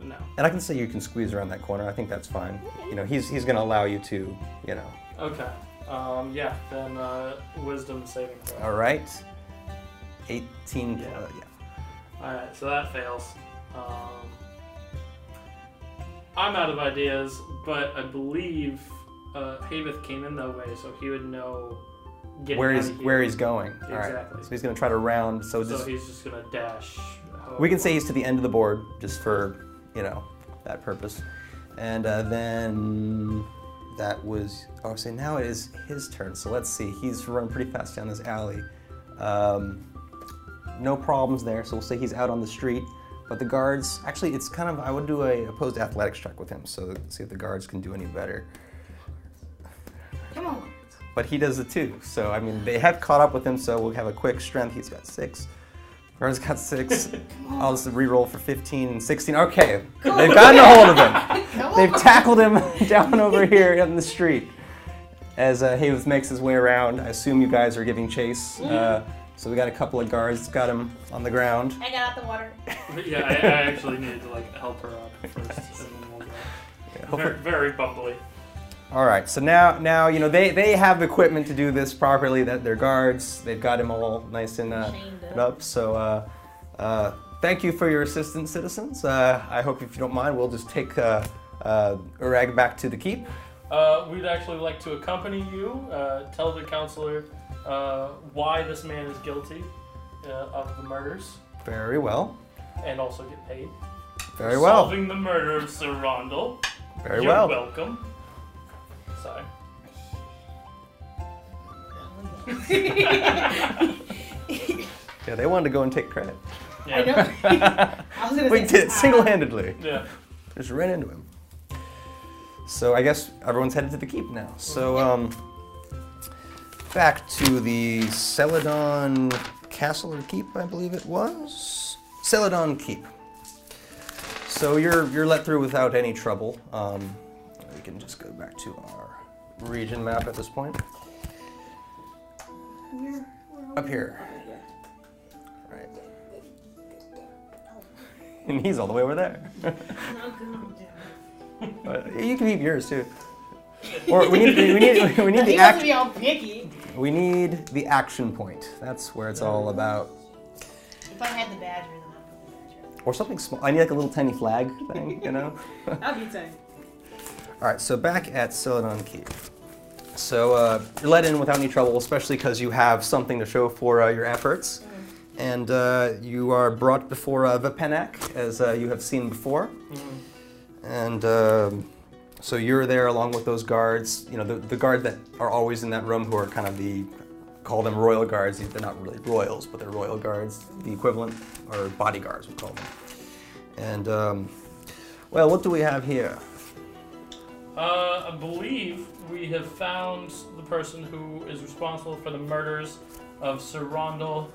Speaker 2: no.
Speaker 1: and I can say you can squeeze around that corner. I think that's fine. You know, he's he's going to allow you to, you know.
Speaker 2: Okay. Um, yeah. Then uh, wisdom saving throw.
Speaker 1: All right. 18.
Speaker 2: Yeah.
Speaker 1: Uh, yeah.
Speaker 2: All right, so that fails. Um, I'm out of ideas, but I believe uh, Havith came in that way, so he would know. Getting
Speaker 1: Where
Speaker 2: out
Speaker 1: he's
Speaker 2: of here.
Speaker 1: where he's going. All right.
Speaker 2: Exactly.
Speaker 1: So he's going to try to round. So
Speaker 2: So
Speaker 1: just
Speaker 2: he's just gonna dash. however-
Speaker 1: we can say he's to the end of the board just for you know that purpose. And uh, then that was oh, so now it is his turn. So let's see. He's run pretty fast down this alley. Um, no problems there. So we'll say he's out on the street. But the guards, actually, it's kind of I would do a opposed athletics check with him. So see if the guards can do any better.
Speaker 3: Come on.
Speaker 1: But he does it too. So I mean, they have caught up with him. So we'll have a quick strength. He's got six. Guard's got six. I'll just re-roll for 15 and 16. Okay, they've gotten a hold of
Speaker 3: <laughs>
Speaker 1: him. <laughs>
Speaker 3: Come
Speaker 1: They've tackled him <laughs> down over here on the street. As uh, Havith makes his way around, I assume you guys are giving chase. Uh, so we got a couple of guards got him on the ground.
Speaker 3: I got out the water.
Speaker 2: <laughs> yeah, I, I actually needed to like help her
Speaker 1: <laughs>
Speaker 2: up first, and then we'll go.
Speaker 1: hopefully-
Speaker 2: Very, very bumbly.
Speaker 1: All right, so now now you know they they have equipment to do this properly. That they're guards, they've got him all nice and uh,
Speaker 3: Chained
Speaker 1: and
Speaker 3: up.
Speaker 1: up. So uh, uh, thank you for your assistance, citizens. Uh, I hope if you don't mind, we'll just take uh, uh, Urag back to the keep.
Speaker 2: Uh, we'd actually like to accompany you. Uh, tell the counselor uh, why this man is guilty uh, of the murders,
Speaker 1: Very well,
Speaker 2: and also get paid.
Speaker 1: very well,
Speaker 2: Solving the murder of Sir Rondel.
Speaker 1: very
Speaker 2: You're
Speaker 1: well.
Speaker 2: welcome. Sorry.
Speaker 1: Yeah, they wanted to go and take credit.
Speaker 2: Yeah.
Speaker 3: I know. <laughs> I was gonna
Speaker 1: We
Speaker 3: say,
Speaker 1: did it
Speaker 3: ah.
Speaker 1: single-handedly.
Speaker 2: Yeah.
Speaker 1: Just ran into him. So I guess everyone's headed to the keep now. So um, back to the Celadon Castle or Keep, I believe it was. Celadon Keep. So you're you're let through without any trouble. Um, we can just go back to our region map at this point. Up here. Right. <laughs> And he's all the way over there. <laughs>
Speaker 3: No, come on, Jack.
Speaker 1: Uh, you can keep yours too. Or we need we need we need the
Speaker 3: He wants to
Speaker 1: act,
Speaker 3: be all picky.
Speaker 1: we need the action point. That's where it's all about.
Speaker 3: If I had the badger, then I'd put the
Speaker 1: Or something small. I need like a little tiny flag thing, you know.
Speaker 3: badger. That'd be tight.
Speaker 1: All right, so back at Celadon Keep. So uh, you're let in without any trouble, especially because you have something to show for uh, your efforts, and uh, you are brought before uh, Vipenak, as uh, you have seen before.
Speaker 2: Mhm.
Speaker 1: And um, so you're there along with those guards, you know, the, the guard that are always in that room who are kind of the, call them royal guards. They're not really royals, but they're royal guards, the equivalent, or bodyguards, we call them. And, um, well, what do we have here?
Speaker 2: Uh, I believe we have found the person who is responsible for the murders of Sir Rondel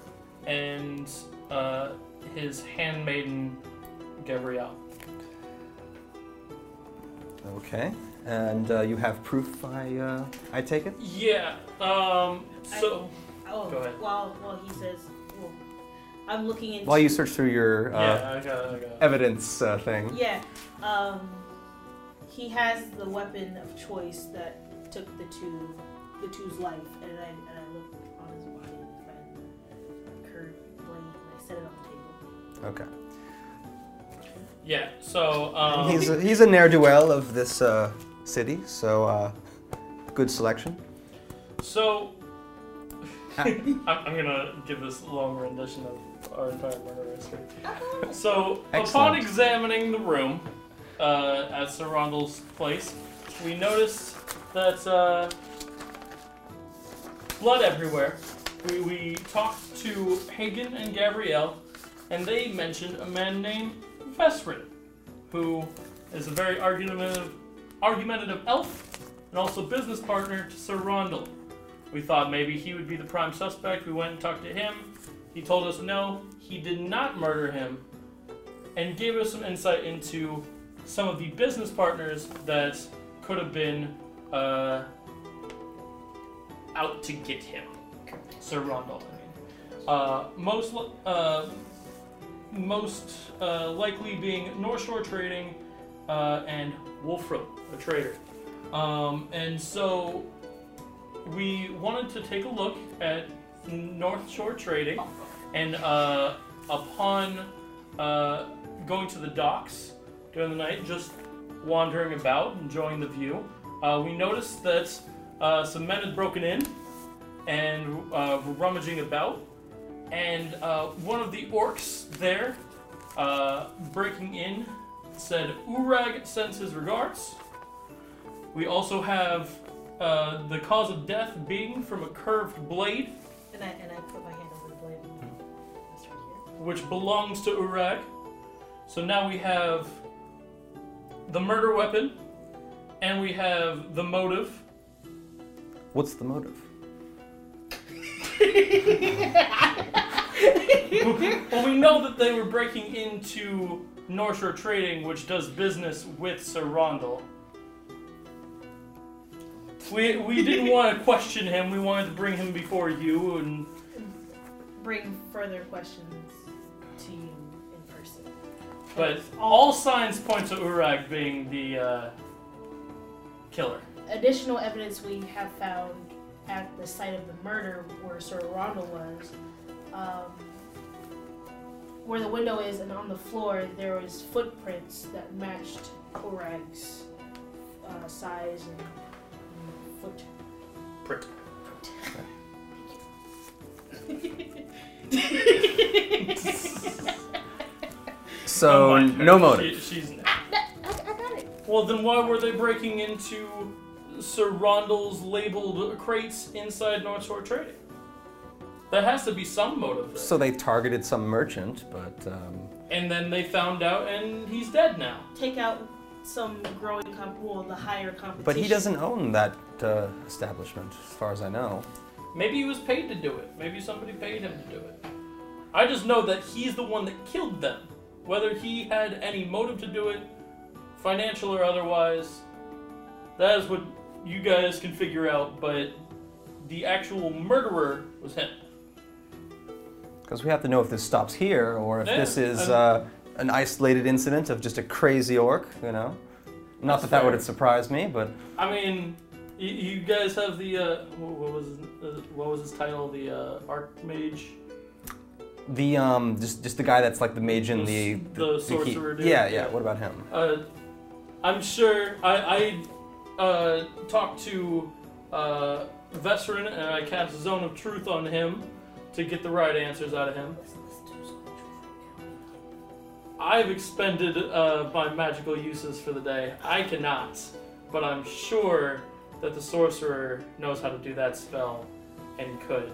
Speaker 2: and uh, his handmaiden Gabrielle.
Speaker 1: Okay. And uh, you have proof, I, uh, I take it?
Speaker 2: Yeah. Um. So.
Speaker 3: Oh,
Speaker 2: Go ahead.
Speaker 3: while while he says, well, I'm looking into.
Speaker 1: While you search through your uh,
Speaker 2: yeah. I got. I got.
Speaker 1: evidence uh, thing.
Speaker 3: Yeah. Um, he has the weapon of choice that took the two, the two's life, and I and I looked on his body and found a curved blade, and I set it on the table.
Speaker 1: Okay.
Speaker 2: Yeah. So. Um,
Speaker 1: He's a, he's a ne'er-do-well of this uh, city, so uh, good selection.
Speaker 2: So, I'm, I'm gonna give this long rendition of our entire murder history. So, upon
Speaker 1: Excellent.
Speaker 2: examining the room uh, at Sir Rondel's place, we noticed that uh, blood everywhere. We, we talked to Hagen and Gabrielle, and they mentioned a man named Vesrin, who is a very argumentative, argumentative elf and also business partner to Sir Rondel. We thought maybe he would be the prime suspect. We went and talked to him. He told us no, he did not murder him, and gave us some insight into some of the business partners that could have been uh, out to get him. Sir Rondell, I mean. Uh, most, li- uh, most uh, likely being North Shore Trading uh, and Wolfram, a trader. Um, and so we wanted to take a look at North Shore Trading, and uh, upon uh, going to the docks during the night, just wandering about, enjoying the view, uh, we noticed that uh, some men had broken in and uh, were rummaging about, and uh, one of the orcs there uh, breaking in said, "Urag sends his regards." We also have uh, the cause of death being from a curved blade,
Speaker 3: And I and I put my hand over the blade. and
Speaker 1: Hmm.
Speaker 3: It's right here.
Speaker 2: which belongs to Urag. So now we have the murder weapon, and we have the motive.
Speaker 1: What's the motive?
Speaker 2: well, we know that they were breaking into North Shore Trading, which does business with Sir Rondel. We, we didn't want to question him. We wanted to bring him before you, and
Speaker 3: Bring further questions to you in person.
Speaker 2: but all signs point to Urag being the uh, killer.
Speaker 3: additional evidence we have found at the site of the murder where Sir Rondell was, um, where the window is, and on the floor there was footprints that matched Korag's uh, size and and foot.
Speaker 2: Prick.
Speaker 1: So
Speaker 2: Unlike her,
Speaker 1: no
Speaker 2: Oh She,
Speaker 1: motive.
Speaker 2: she's an
Speaker 3: I, I got it.
Speaker 2: Well, then why were they breaking into Sir Rondel's labeled crates inside North Shore Trading? There has to be some motive. There.
Speaker 1: So they targeted some merchant, but um,
Speaker 2: and then they found out, and he's dead now.
Speaker 3: Take out some growing comp, well, the higher competition.
Speaker 1: but he doesn't own that uh, establishment, as far as I know.
Speaker 2: Maybe he was paid to do it. Maybe somebody paid him to do it. I just know that he's the one that killed them. Whether he had any motive to do it, financial or otherwise, that is what you guys can figure out, but the actual murderer was him.
Speaker 1: Because we have to know if this stops here or if
Speaker 2: Yeah,
Speaker 1: this is
Speaker 2: I'm-
Speaker 1: uh, an isolated incident of just a crazy orc, you know? Not
Speaker 2: That's
Speaker 1: that that would
Speaker 2: fair.
Speaker 1: have surprised me, but
Speaker 2: I mean, you, you guys have the uh, wh- what was his, uh, what was his title? The uh, Archmage,
Speaker 1: the um, just just the guy that's like the mage in the
Speaker 2: The s- the
Speaker 1: key.
Speaker 2: sorcerer dude,
Speaker 1: Yeah,
Speaker 2: yeah.
Speaker 1: yeah. What about him?
Speaker 2: Uh, I'm sure I, I uh, talked to uh, Vesrin and I cast Zone of Truth on him to get the right answers out of him. I've expended uh, my magical uses for the day. I cannot, but I'm sure that the sorcerer knows how to do that spell and could.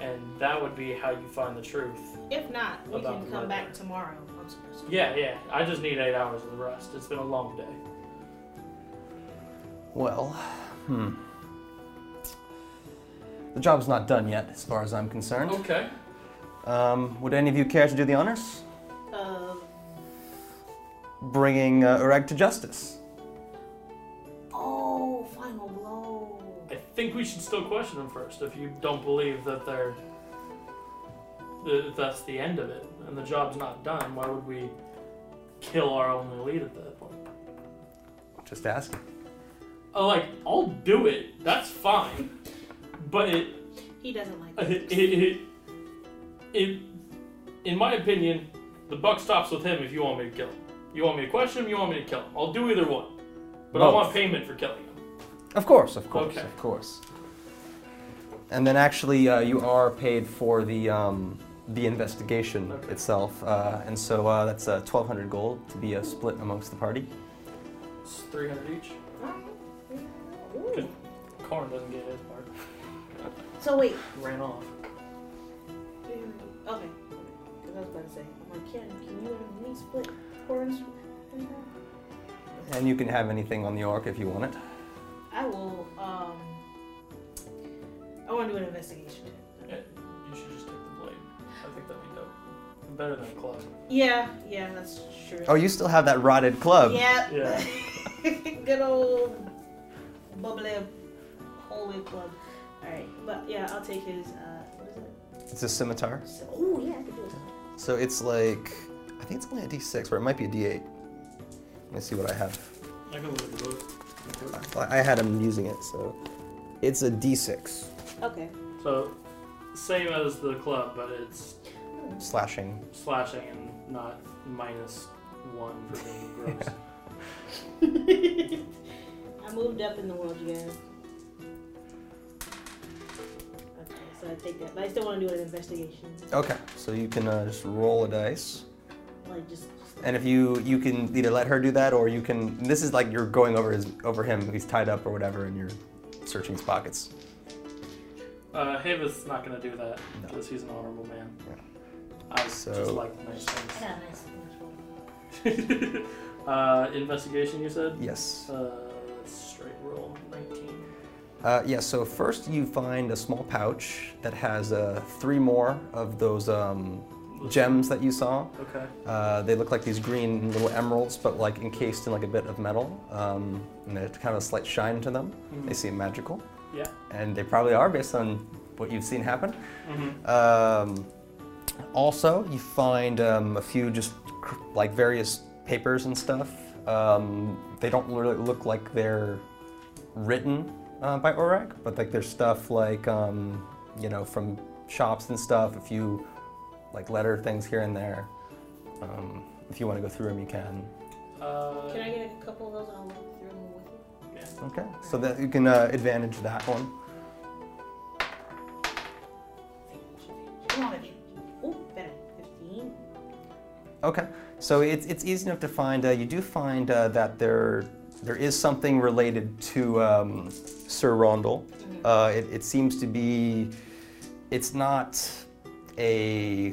Speaker 2: And that would be how you find the truth.
Speaker 3: If not, we
Speaker 2: About
Speaker 3: can
Speaker 2: the
Speaker 3: come back
Speaker 2: murder.
Speaker 3: tomorrow. I'm supposed to.
Speaker 2: Yeah, yeah. I just need eight hours of rest. It's been a long day.
Speaker 1: Well, hmm. The job's not done yet, as far as I'm concerned.
Speaker 2: Okay.
Speaker 1: Um, would any of you care to do the honors?
Speaker 3: Uh,
Speaker 1: Bringing uh, Urag to justice.
Speaker 3: oh, final blow.
Speaker 2: I think we should still question them first if you don't believe that they're. That that's the end of it and the job's not done. Why would we kill our only lead at that point?
Speaker 1: Just ask.
Speaker 2: Uh, like, I'll do it. That's fine. But it, uh,
Speaker 3: He doesn't like
Speaker 2: it, it, it, in my opinion, the buck stops with him if you want me to kill him. You want me to question him, you want me to kill him. I'll do either one. But I
Speaker 1: Both.
Speaker 2: want payment for killing him.
Speaker 1: Of course, of course,
Speaker 2: Okay.
Speaker 1: of course. And then actually, uh, you are paid for the um, the investigation
Speaker 2: Okay.
Speaker 1: itself, uh, and so uh, that's uh, 1,200 gold to be uh, split amongst the party.
Speaker 2: It's 300 each.
Speaker 3: Ooh.
Speaker 2: Corn doesn't get his part.
Speaker 3: So wait,
Speaker 2: Ran off.
Speaker 3: okay. okay. 'Cause I was about to say, I'm like, Ken, can you and me split horns?
Speaker 1: And you can have anything on the orc if you want it.
Speaker 3: I will. Um, I want to do an investigation.
Speaker 2: Yeah, you should just take the blade. I think that'd be dope. Better than a club.
Speaker 3: Yeah, yeah, that's true.
Speaker 1: Oh, you still have that rotted club.
Speaker 3: Yeah.
Speaker 2: Yeah.
Speaker 3: <laughs> Good old bubbly holy club. All right, but yeah, I'll take his. Uh, what is it?
Speaker 1: It's a scimitar.
Speaker 3: So, oh yeah, I could do it.
Speaker 1: So it's like, I think it's only a d6, or it might be a d8. Let me see what I have.
Speaker 2: I can look at the book.
Speaker 1: I I had him using it, so it's a d6
Speaker 3: Okay.
Speaker 2: So, same as the club, but it's
Speaker 1: slashing.
Speaker 2: slashing and not minus one for being gross.
Speaker 3: <laughs> I moved up in the world, you guys. Okay, so I take that, but I still want to do an investigation.
Speaker 1: Okay, so you can uh, just roll a dice,
Speaker 3: Like just.
Speaker 1: and if you you can either let her do that, or you can. This is like you're going over his over him. He's tied up or whatever, and you're searching his pockets.
Speaker 2: Uh, Havith's not gonna do that
Speaker 1: No.
Speaker 2: because he's an honorable man.
Speaker 1: Yeah.
Speaker 2: I just
Speaker 1: So-
Speaker 2: like nice
Speaker 3: I got a nice nice roll.
Speaker 2: things. <laughs> uh, investigation, you said.
Speaker 1: Yes.
Speaker 2: Uh, straight roll, nineteen.
Speaker 1: Uh, yeah. So first you find a small pouch that has uh, three more of those um, gems that you saw.
Speaker 2: Okay.
Speaker 1: Uh, they look like these green little emeralds, but like encased in like a bit of metal, um, and they have kind of a slight shine to them. They seem magical,
Speaker 2: Yeah.
Speaker 1: and they probably are based on what you've seen happen.
Speaker 2: Mm-hmm.
Speaker 1: Um, also, you find um, a few just cr- like various papers and stuff. Um, they don't really look like they're written uh, by Orek, but like there's stuff like um, you know from shops and stuff. A few like letter things here and there. Um, if you want to go through them, you can.
Speaker 2: Uh,
Speaker 3: Can I get a couple of those? I'll look through them with you.
Speaker 2: yeah.
Speaker 1: Okay, so that you can uh, advantage that one.
Speaker 3: Come on, baby. Ooh, better. 15.
Speaker 1: Okay, so it's, it's easy enough to find. Uh, you do find uh, that there there is something related to um, Sir Rondel. Uh, it, it seems to be. It's not a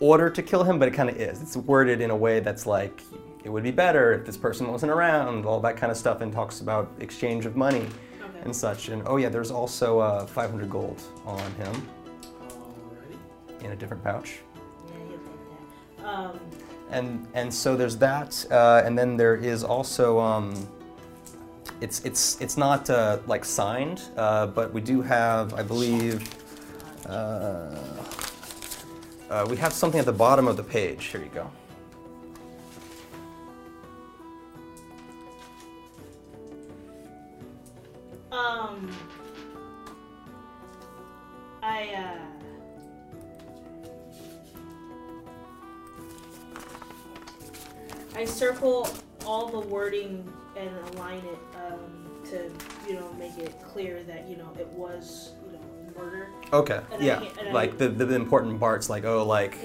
Speaker 1: order to kill him, but it kind of is. It's worded in a way that's like it would be better if this person wasn't around, all that kind of stuff, and talks about exchange of money
Speaker 3: Okay.
Speaker 1: and such. And oh yeah, there's also uh, 500 gold on him
Speaker 2: Alrighty.
Speaker 1: in a different pouch.
Speaker 3: Yeah, you'll take that. Um,
Speaker 1: and and so there's that, uh, and then there is also um, it's it's it's not uh, like signed, uh, but we do have, I believe, uh, uh, we have something at the bottom of the page. Here you go.
Speaker 3: um, I, uh, I circle all the wording and align it um, to, you know, make it clear that, you know, it was, you know, murder.
Speaker 1: Okay.
Speaker 3: And I
Speaker 1: Yeah.
Speaker 3: can't- and I-
Speaker 1: Like the, the important parts, like oh, like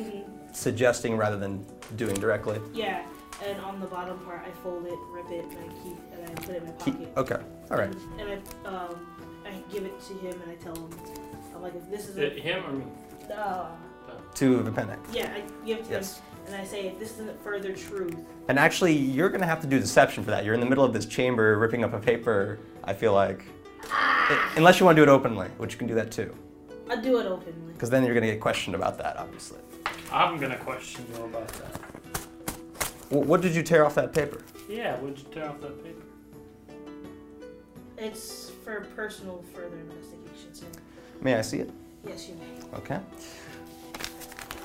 Speaker 1: suggesting rather than doing directly.
Speaker 3: Yeah, and on the bottom part, I fold it, rip it, and I keep, and I put it in my pocket.
Speaker 1: Keep- okay. All right.
Speaker 3: And, and I, um, I give it to him, and I tell him, I'm like, if this is
Speaker 2: It,
Speaker 3: a,
Speaker 2: him or me?
Speaker 3: uh,
Speaker 1: Two of a panic.
Speaker 3: yeah, I give it to
Speaker 1: Yes.
Speaker 3: him, and I say, if this isn't further truth,
Speaker 1: And actually, you're gonna have to do deception for that. You're in the middle of this chamber ripping up a paper. I feel like, I- unless you want to do it openly, which you can do that too,
Speaker 3: I do it openly.
Speaker 1: because then you're gonna get questioned about that, obviously.
Speaker 2: I'm gonna question you about that.
Speaker 1: W- what did you tear off that paper?
Speaker 2: Yeah, would you tear off that paper?
Speaker 3: It's for personal further investigation, sir.
Speaker 1: May I see it?
Speaker 3: Yes, you may.
Speaker 1: Okay.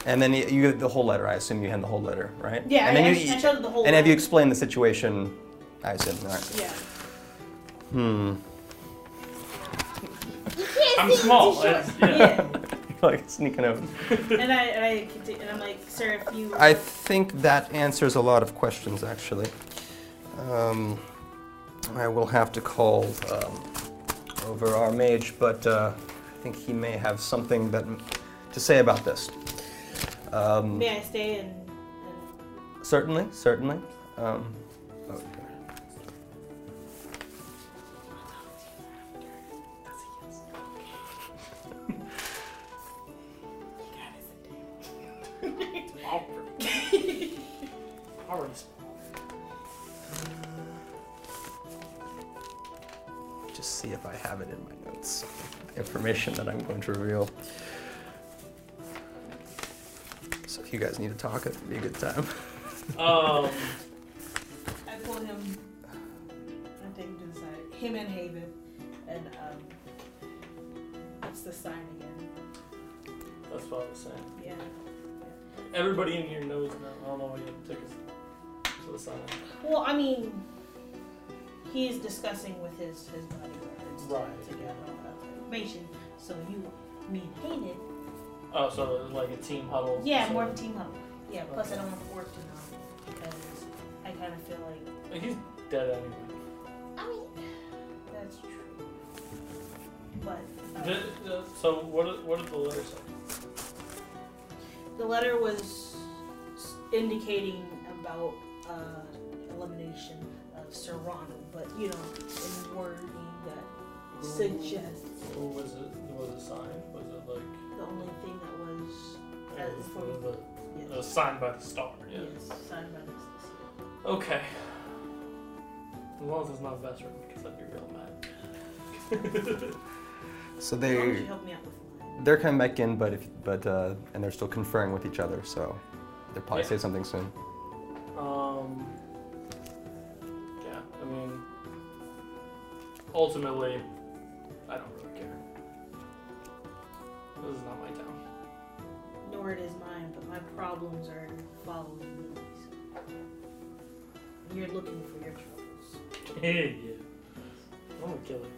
Speaker 1: And then y- you have the whole letter. I assume you hand the whole letter, right?
Speaker 3: Yeah,
Speaker 1: And
Speaker 3: I,
Speaker 1: then
Speaker 3: I,
Speaker 1: you,
Speaker 3: I showed him the whole.
Speaker 1: and have you
Speaker 3: line.
Speaker 1: explained the situation? I assume. All right.
Speaker 3: Yeah.
Speaker 1: Hmm. <laughs>
Speaker 2: I'm small. It's, yeah.
Speaker 1: You're like sneaking over.
Speaker 3: <laughs> and I and I continue, and I'm like, sir, if you
Speaker 1: I think that answers a lot of questions, actually. Um, I will have to call um, over our mage, but uh, I think he may have something that to say about this. Um,
Speaker 3: May I stay and, and
Speaker 1: Certainly, certainly. Um, oh,
Speaker 2: <laughs> Already. Already.
Speaker 1: just see if I have it in my notes. Information that I'm going to reveal. So if you guys need to talk, it would be a good time. <laughs>
Speaker 2: Um,
Speaker 3: I pull him and take him to the side. uh, Him and Haven. And um what's the sign again?
Speaker 2: that's what I was saying.
Speaker 3: Yeah.
Speaker 2: Everybody in here knows now. I don't know why you took us to the side.
Speaker 3: Well, I mean he's discussing with his his bodyguards to-
Speaker 2: Right.
Speaker 3: to get all that information. So you me and Hayden.
Speaker 2: Oh, so it was like a team huddle.
Speaker 3: Yeah,
Speaker 2: Oh, so-
Speaker 3: more of a team up. Yeah, plus I don't want to work too long because I kinda feel like
Speaker 2: And He's dead anyway.
Speaker 3: I mean that's true. But uh,
Speaker 2: Did- uh, so what? did- What did the letter say?
Speaker 3: The letter was s- indicating about uh, elimination of Serrano, but you know, in wording that
Speaker 2: Who-
Speaker 3: suggests
Speaker 2: Who was it? Was it signed? Was it like?
Speaker 3: the only thing that was
Speaker 2: it
Speaker 3: As
Speaker 2: was-
Speaker 3: for-
Speaker 2: it was
Speaker 3: yes,
Speaker 2: a- it was signed by the star. Yeah.
Speaker 3: yes, signed by this. this year.
Speaker 2: Okay. As long as it's not veteran, because I'd be real mad.
Speaker 1: So
Speaker 3: Why don't you
Speaker 1: they
Speaker 3: help me out with the line?
Speaker 1: they're coming back in, but if, but uh, and they're still conferring with each other. So they'll probably
Speaker 2: Yeah.
Speaker 1: say something soon.
Speaker 2: Um. Yeah, I mean, ultimately, I don't really care. This is not my town.
Speaker 3: Nor it is mine, but my problems are following movies. You're looking for your troubles.
Speaker 2: <laughs> yeah. I'm a killer.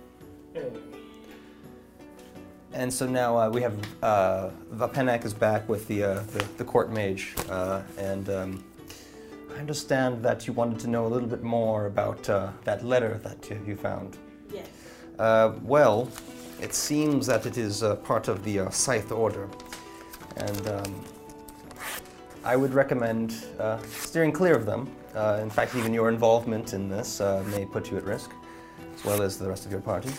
Speaker 2: Anyway.
Speaker 1: And so now uh, we have uh, Vapenak is back with the uh, the, the court mage, uh, and um, I understand that you wanted to know a little bit more about uh, that letter that you you found.
Speaker 3: Yes.
Speaker 1: Uh, well, it seems that it is uh, part of the uh, Scythe Order, and um, I would recommend uh, steering clear of them. Uh, in fact, even your involvement in this uh, may put you at risk, as well as the rest of your party.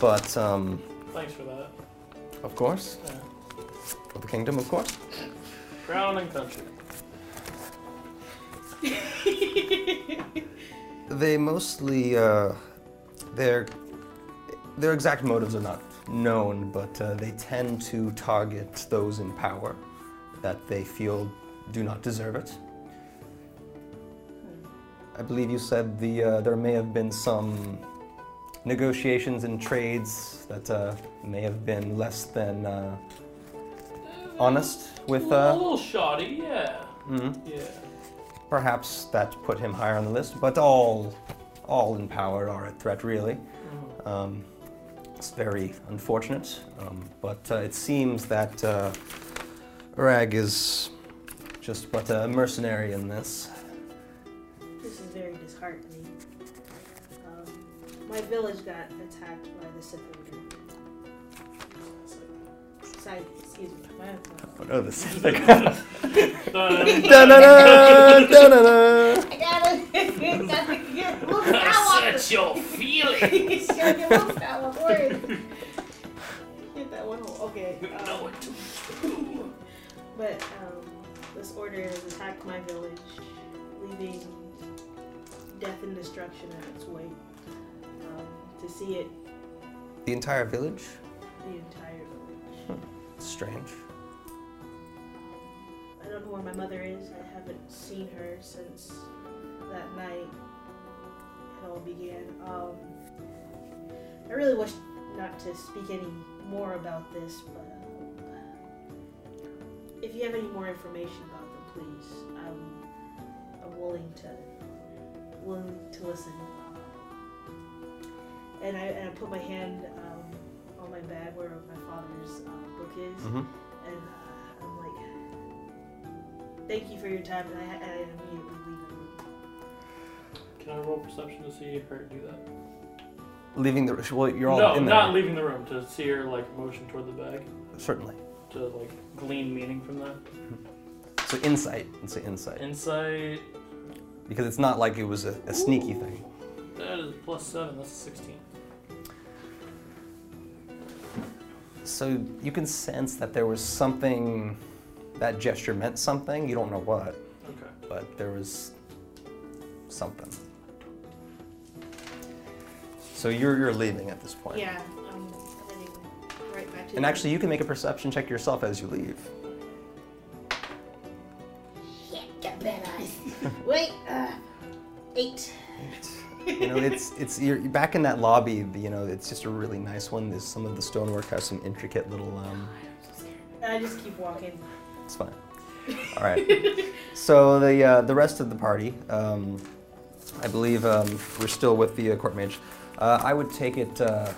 Speaker 1: But um,
Speaker 2: Thanks for that.
Speaker 1: of course,
Speaker 2: Yeah.
Speaker 1: for the kingdom, of course.
Speaker 2: Crown and country.
Speaker 1: They mostly uh, their their exact motives are not known, but uh, they tend to target those in power that they feel do not deserve it.
Speaker 3: Hmm.
Speaker 1: I believe you said the uh, there may have been some negotiations and trades that uh, may have been less than uh, honest with.
Speaker 2: a
Speaker 1: Uh,
Speaker 2: little shoddy, yeah,
Speaker 1: mhm.
Speaker 2: yeah.
Speaker 1: Perhaps that put him higher on the list, but all, all in power are a threat, really.
Speaker 2: Mhm.
Speaker 1: Um, it's very unfortunate, um, but uh, it seems that uh, Rag is just but a mercenary in this. <laughs>
Speaker 3: This is very disheartening. Um, my village got attacked by the Sithorder. Scythe, excuse me. My,
Speaker 1: Oh no, this is <laughs>
Speaker 2: <laughs> Dun,
Speaker 3: <laughs> I gotta, gotta get Luke
Speaker 2: Upset your feelings. <laughs>
Speaker 3: gotta get Luke Skywalker. Worried. Get that one. Okay.
Speaker 2: You
Speaker 3: um,
Speaker 2: know what to do.
Speaker 3: <laughs> But um, this order has attacked my village, leaving death and destruction at its weight. Um, to see it,
Speaker 1: the entire village.
Speaker 3: the entire village.
Speaker 1: Strange.
Speaker 3: I don't know where my mother is. I haven't seen her since that night it all began. Um, I really wish not to speak any more about this, but um, if you have any more information about them, please, I'm, I'm willing to willing to listen. And I, and I put my hand um, on my bag where my father's uh, book is
Speaker 1: Mm-hmm.
Speaker 3: and uh, I'm like, thank you for your time, and I, I immediately leave the room.
Speaker 2: Can I roll perception to see if her do that?
Speaker 1: leaving the. Well, you're all
Speaker 2: no,
Speaker 1: in there.
Speaker 2: not leaving the room to see her like motion toward the bag
Speaker 1: Certainly.
Speaker 2: to like glean meaning from that.
Speaker 1: So insight. It's an insight
Speaker 2: Insight.
Speaker 1: because it's not like it was a, a sneaky thing.
Speaker 2: That is plus seven. That's sixteen.
Speaker 1: So you can sense that there was something. That gesture meant something. You don't know what,
Speaker 2: Okay.
Speaker 1: but there was something. So you're you're leaving at this point.
Speaker 3: Yeah, I'm heading right back to.
Speaker 1: And
Speaker 3: the-
Speaker 1: actually, you can make a perception check yourself as you leave.
Speaker 3: Shit, got bad
Speaker 1: <laughs>
Speaker 3: eyes. Wait, uh, eight.
Speaker 1: you know, it's it's you're you're back in that lobby. You know, it's just a really nice one. There's some of the stonework has some intricate little. Um,
Speaker 3: I just keep walking.
Speaker 1: it's fine. All right. so the uh, the rest of the party, um, I believe um, we're still with the uh, court mage. Uh, I would take it. Uh,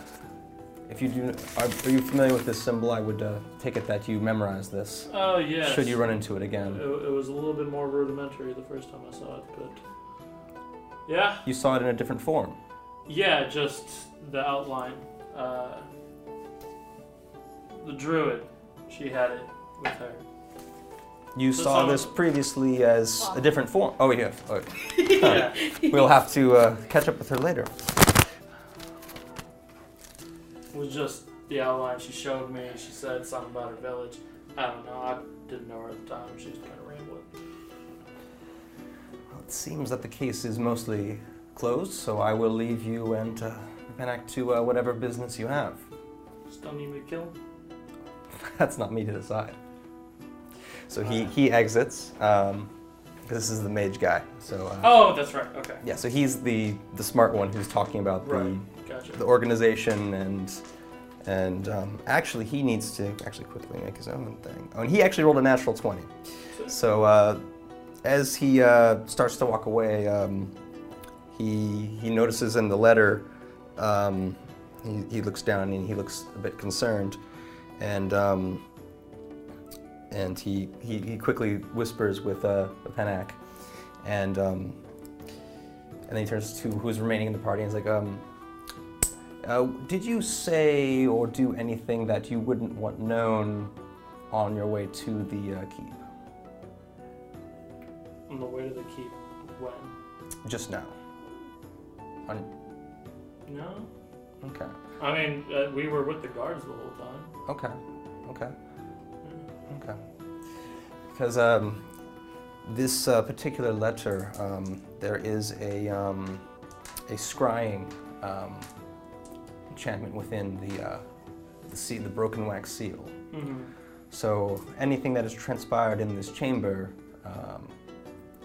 Speaker 1: if you do, are, are you familiar with this symbol? I would uh, take it that you memorize this.
Speaker 2: Oh yeah.
Speaker 1: Should you run into it
Speaker 2: It,
Speaker 1: again?
Speaker 2: it was a little bit more rudimentary the first time I saw it, but yeah,
Speaker 1: You saw it in a different form.
Speaker 2: yeah, just the outline. Uh, the druid, she had it with her.
Speaker 1: You
Speaker 2: So
Speaker 1: saw
Speaker 2: some-
Speaker 1: this previously as a different form. Oh, <laughs> yeah. Oh,
Speaker 2: yeah.
Speaker 1: We'll have to uh, catch up with her later.
Speaker 2: was just the outline she showed me. She said something about her village. I don't know. I didn't know her at the time. She was kind of rambling.
Speaker 1: Well, it seems that the case is mostly closed, so I will leave you and uh, back to uh, whatever business you have.
Speaker 2: Just don't need me to kill him.
Speaker 1: <laughs> That's not me to decide. So he, he exits, because this is the mage guy. So uh,
Speaker 2: Oh, that's right. Okay.
Speaker 1: yeah, so he's the, the smart one who's talking about the,
Speaker 2: Right. Gotcha.
Speaker 1: the organization and and um, actually he needs to actually quickly make his own thing. Oh, and he actually rolled a natural twenty. So uh, as he uh, starts to walk away, um, he he notices in the letter. Um, he, he looks down and he looks a bit concerned, and um, and he, he he quickly whispers with uh, a Panak, and um, and then he turns to who's remaining in the party and is like, um, uh, did you say or do anything that you wouldn't want known on your way to the uh, keep?
Speaker 2: On the way to the keep. When?
Speaker 1: Just now.
Speaker 2: No.
Speaker 1: Okay.
Speaker 2: I mean, uh, we were with the guards the whole time.
Speaker 1: Okay. Okay. Okay. Because um, this uh, particular letter, um, there is a um, a scrying um, enchantment within the uh, the sea, the broken wax seal.
Speaker 2: Mm-hmm.
Speaker 1: So anything that has transpired in this chamber um,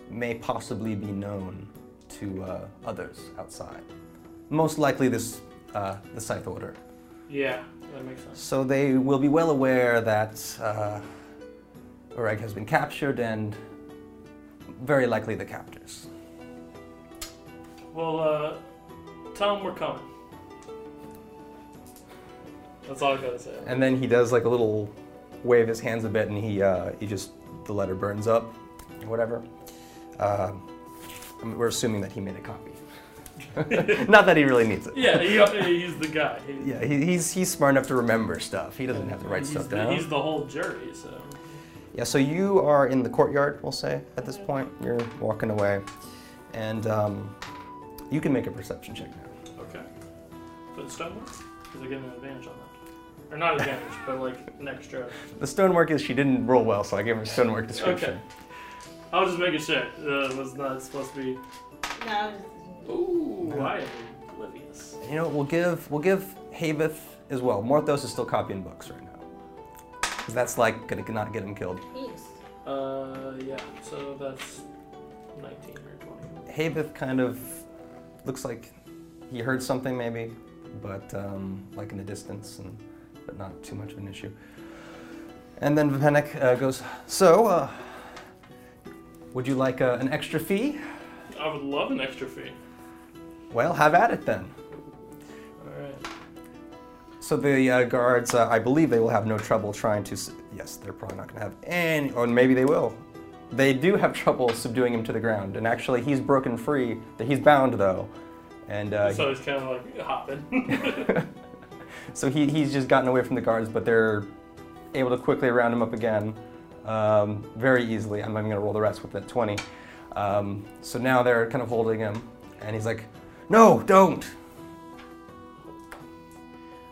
Speaker 1: may possibly be known to uh, others outside. Most likely, this uh, the Scythe Order.
Speaker 2: Yeah, that makes sense.
Speaker 1: So they will be well aware that uh, Ureg has been captured and very likely the captors.
Speaker 2: Well, uh, tell them we're coming. That's all I gotta say.
Speaker 1: And then he does like a little wave his hands a bit, and he uh, he just the letter burns up, or whatever. Uh, I mean, we're assuming that he made a copy. <laughs> Not that he really needs it.
Speaker 2: Yeah, he, he's the guy. He,
Speaker 1: Yeah, he, he's he's smart enough to remember stuff. He doesn't have to write
Speaker 2: he's
Speaker 1: stuff
Speaker 2: the,
Speaker 1: down.
Speaker 2: He's the whole jury, so.
Speaker 1: Yeah, so you are in the courtyard, we'll say, at this
Speaker 3: Mhm.
Speaker 1: point. You're walking away. And um, you can make a perception check now.
Speaker 2: Okay. For the stonework? Because I get an advantage on that. Or not advantage, but like an extra.
Speaker 1: The stonework is she didn't roll well, so I gave her stonework description.
Speaker 2: I'll just make a shit. Uh, it was not supposed to be.
Speaker 3: No, I'm just,
Speaker 2: Ooh, I am oblivious.
Speaker 1: You know, we'll give we'll give Havith as well. Morthos is still copying books right now. 'Cause that's like gonna not get him killed.
Speaker 3: he's
Speaker 2: Uh, yeah, so that's 19 or 20.
Speaker 1: Havith kind of looks like he heard something maybe, but um, like in the distance, and but not too much of an issue. And then Vipenek uh, goes, so, uh, would you like uh, an extra fee?
Speaker 2: I would love an extra fee.
Speaker 1: Well, have at it then.
Speaker 2: Alright.
Speaker 1: So the uh, guards, uh, I believe they will have no trouble trying to. s yes, they're probably not going to have any, or maybe they will. They do have trouble subduing him to the ground, and actually he's broken free. He's bound though, And uh,
Speaker 2: so he's kind of like hopping. <laughs>
Speaker 1: So he, he's just gotten away from the guards, but they're able to quickly round him up again um, very easily. I'm not even going to roll the rest with that 20. Um, so now they're kind of holding him, and he's like, No, don't!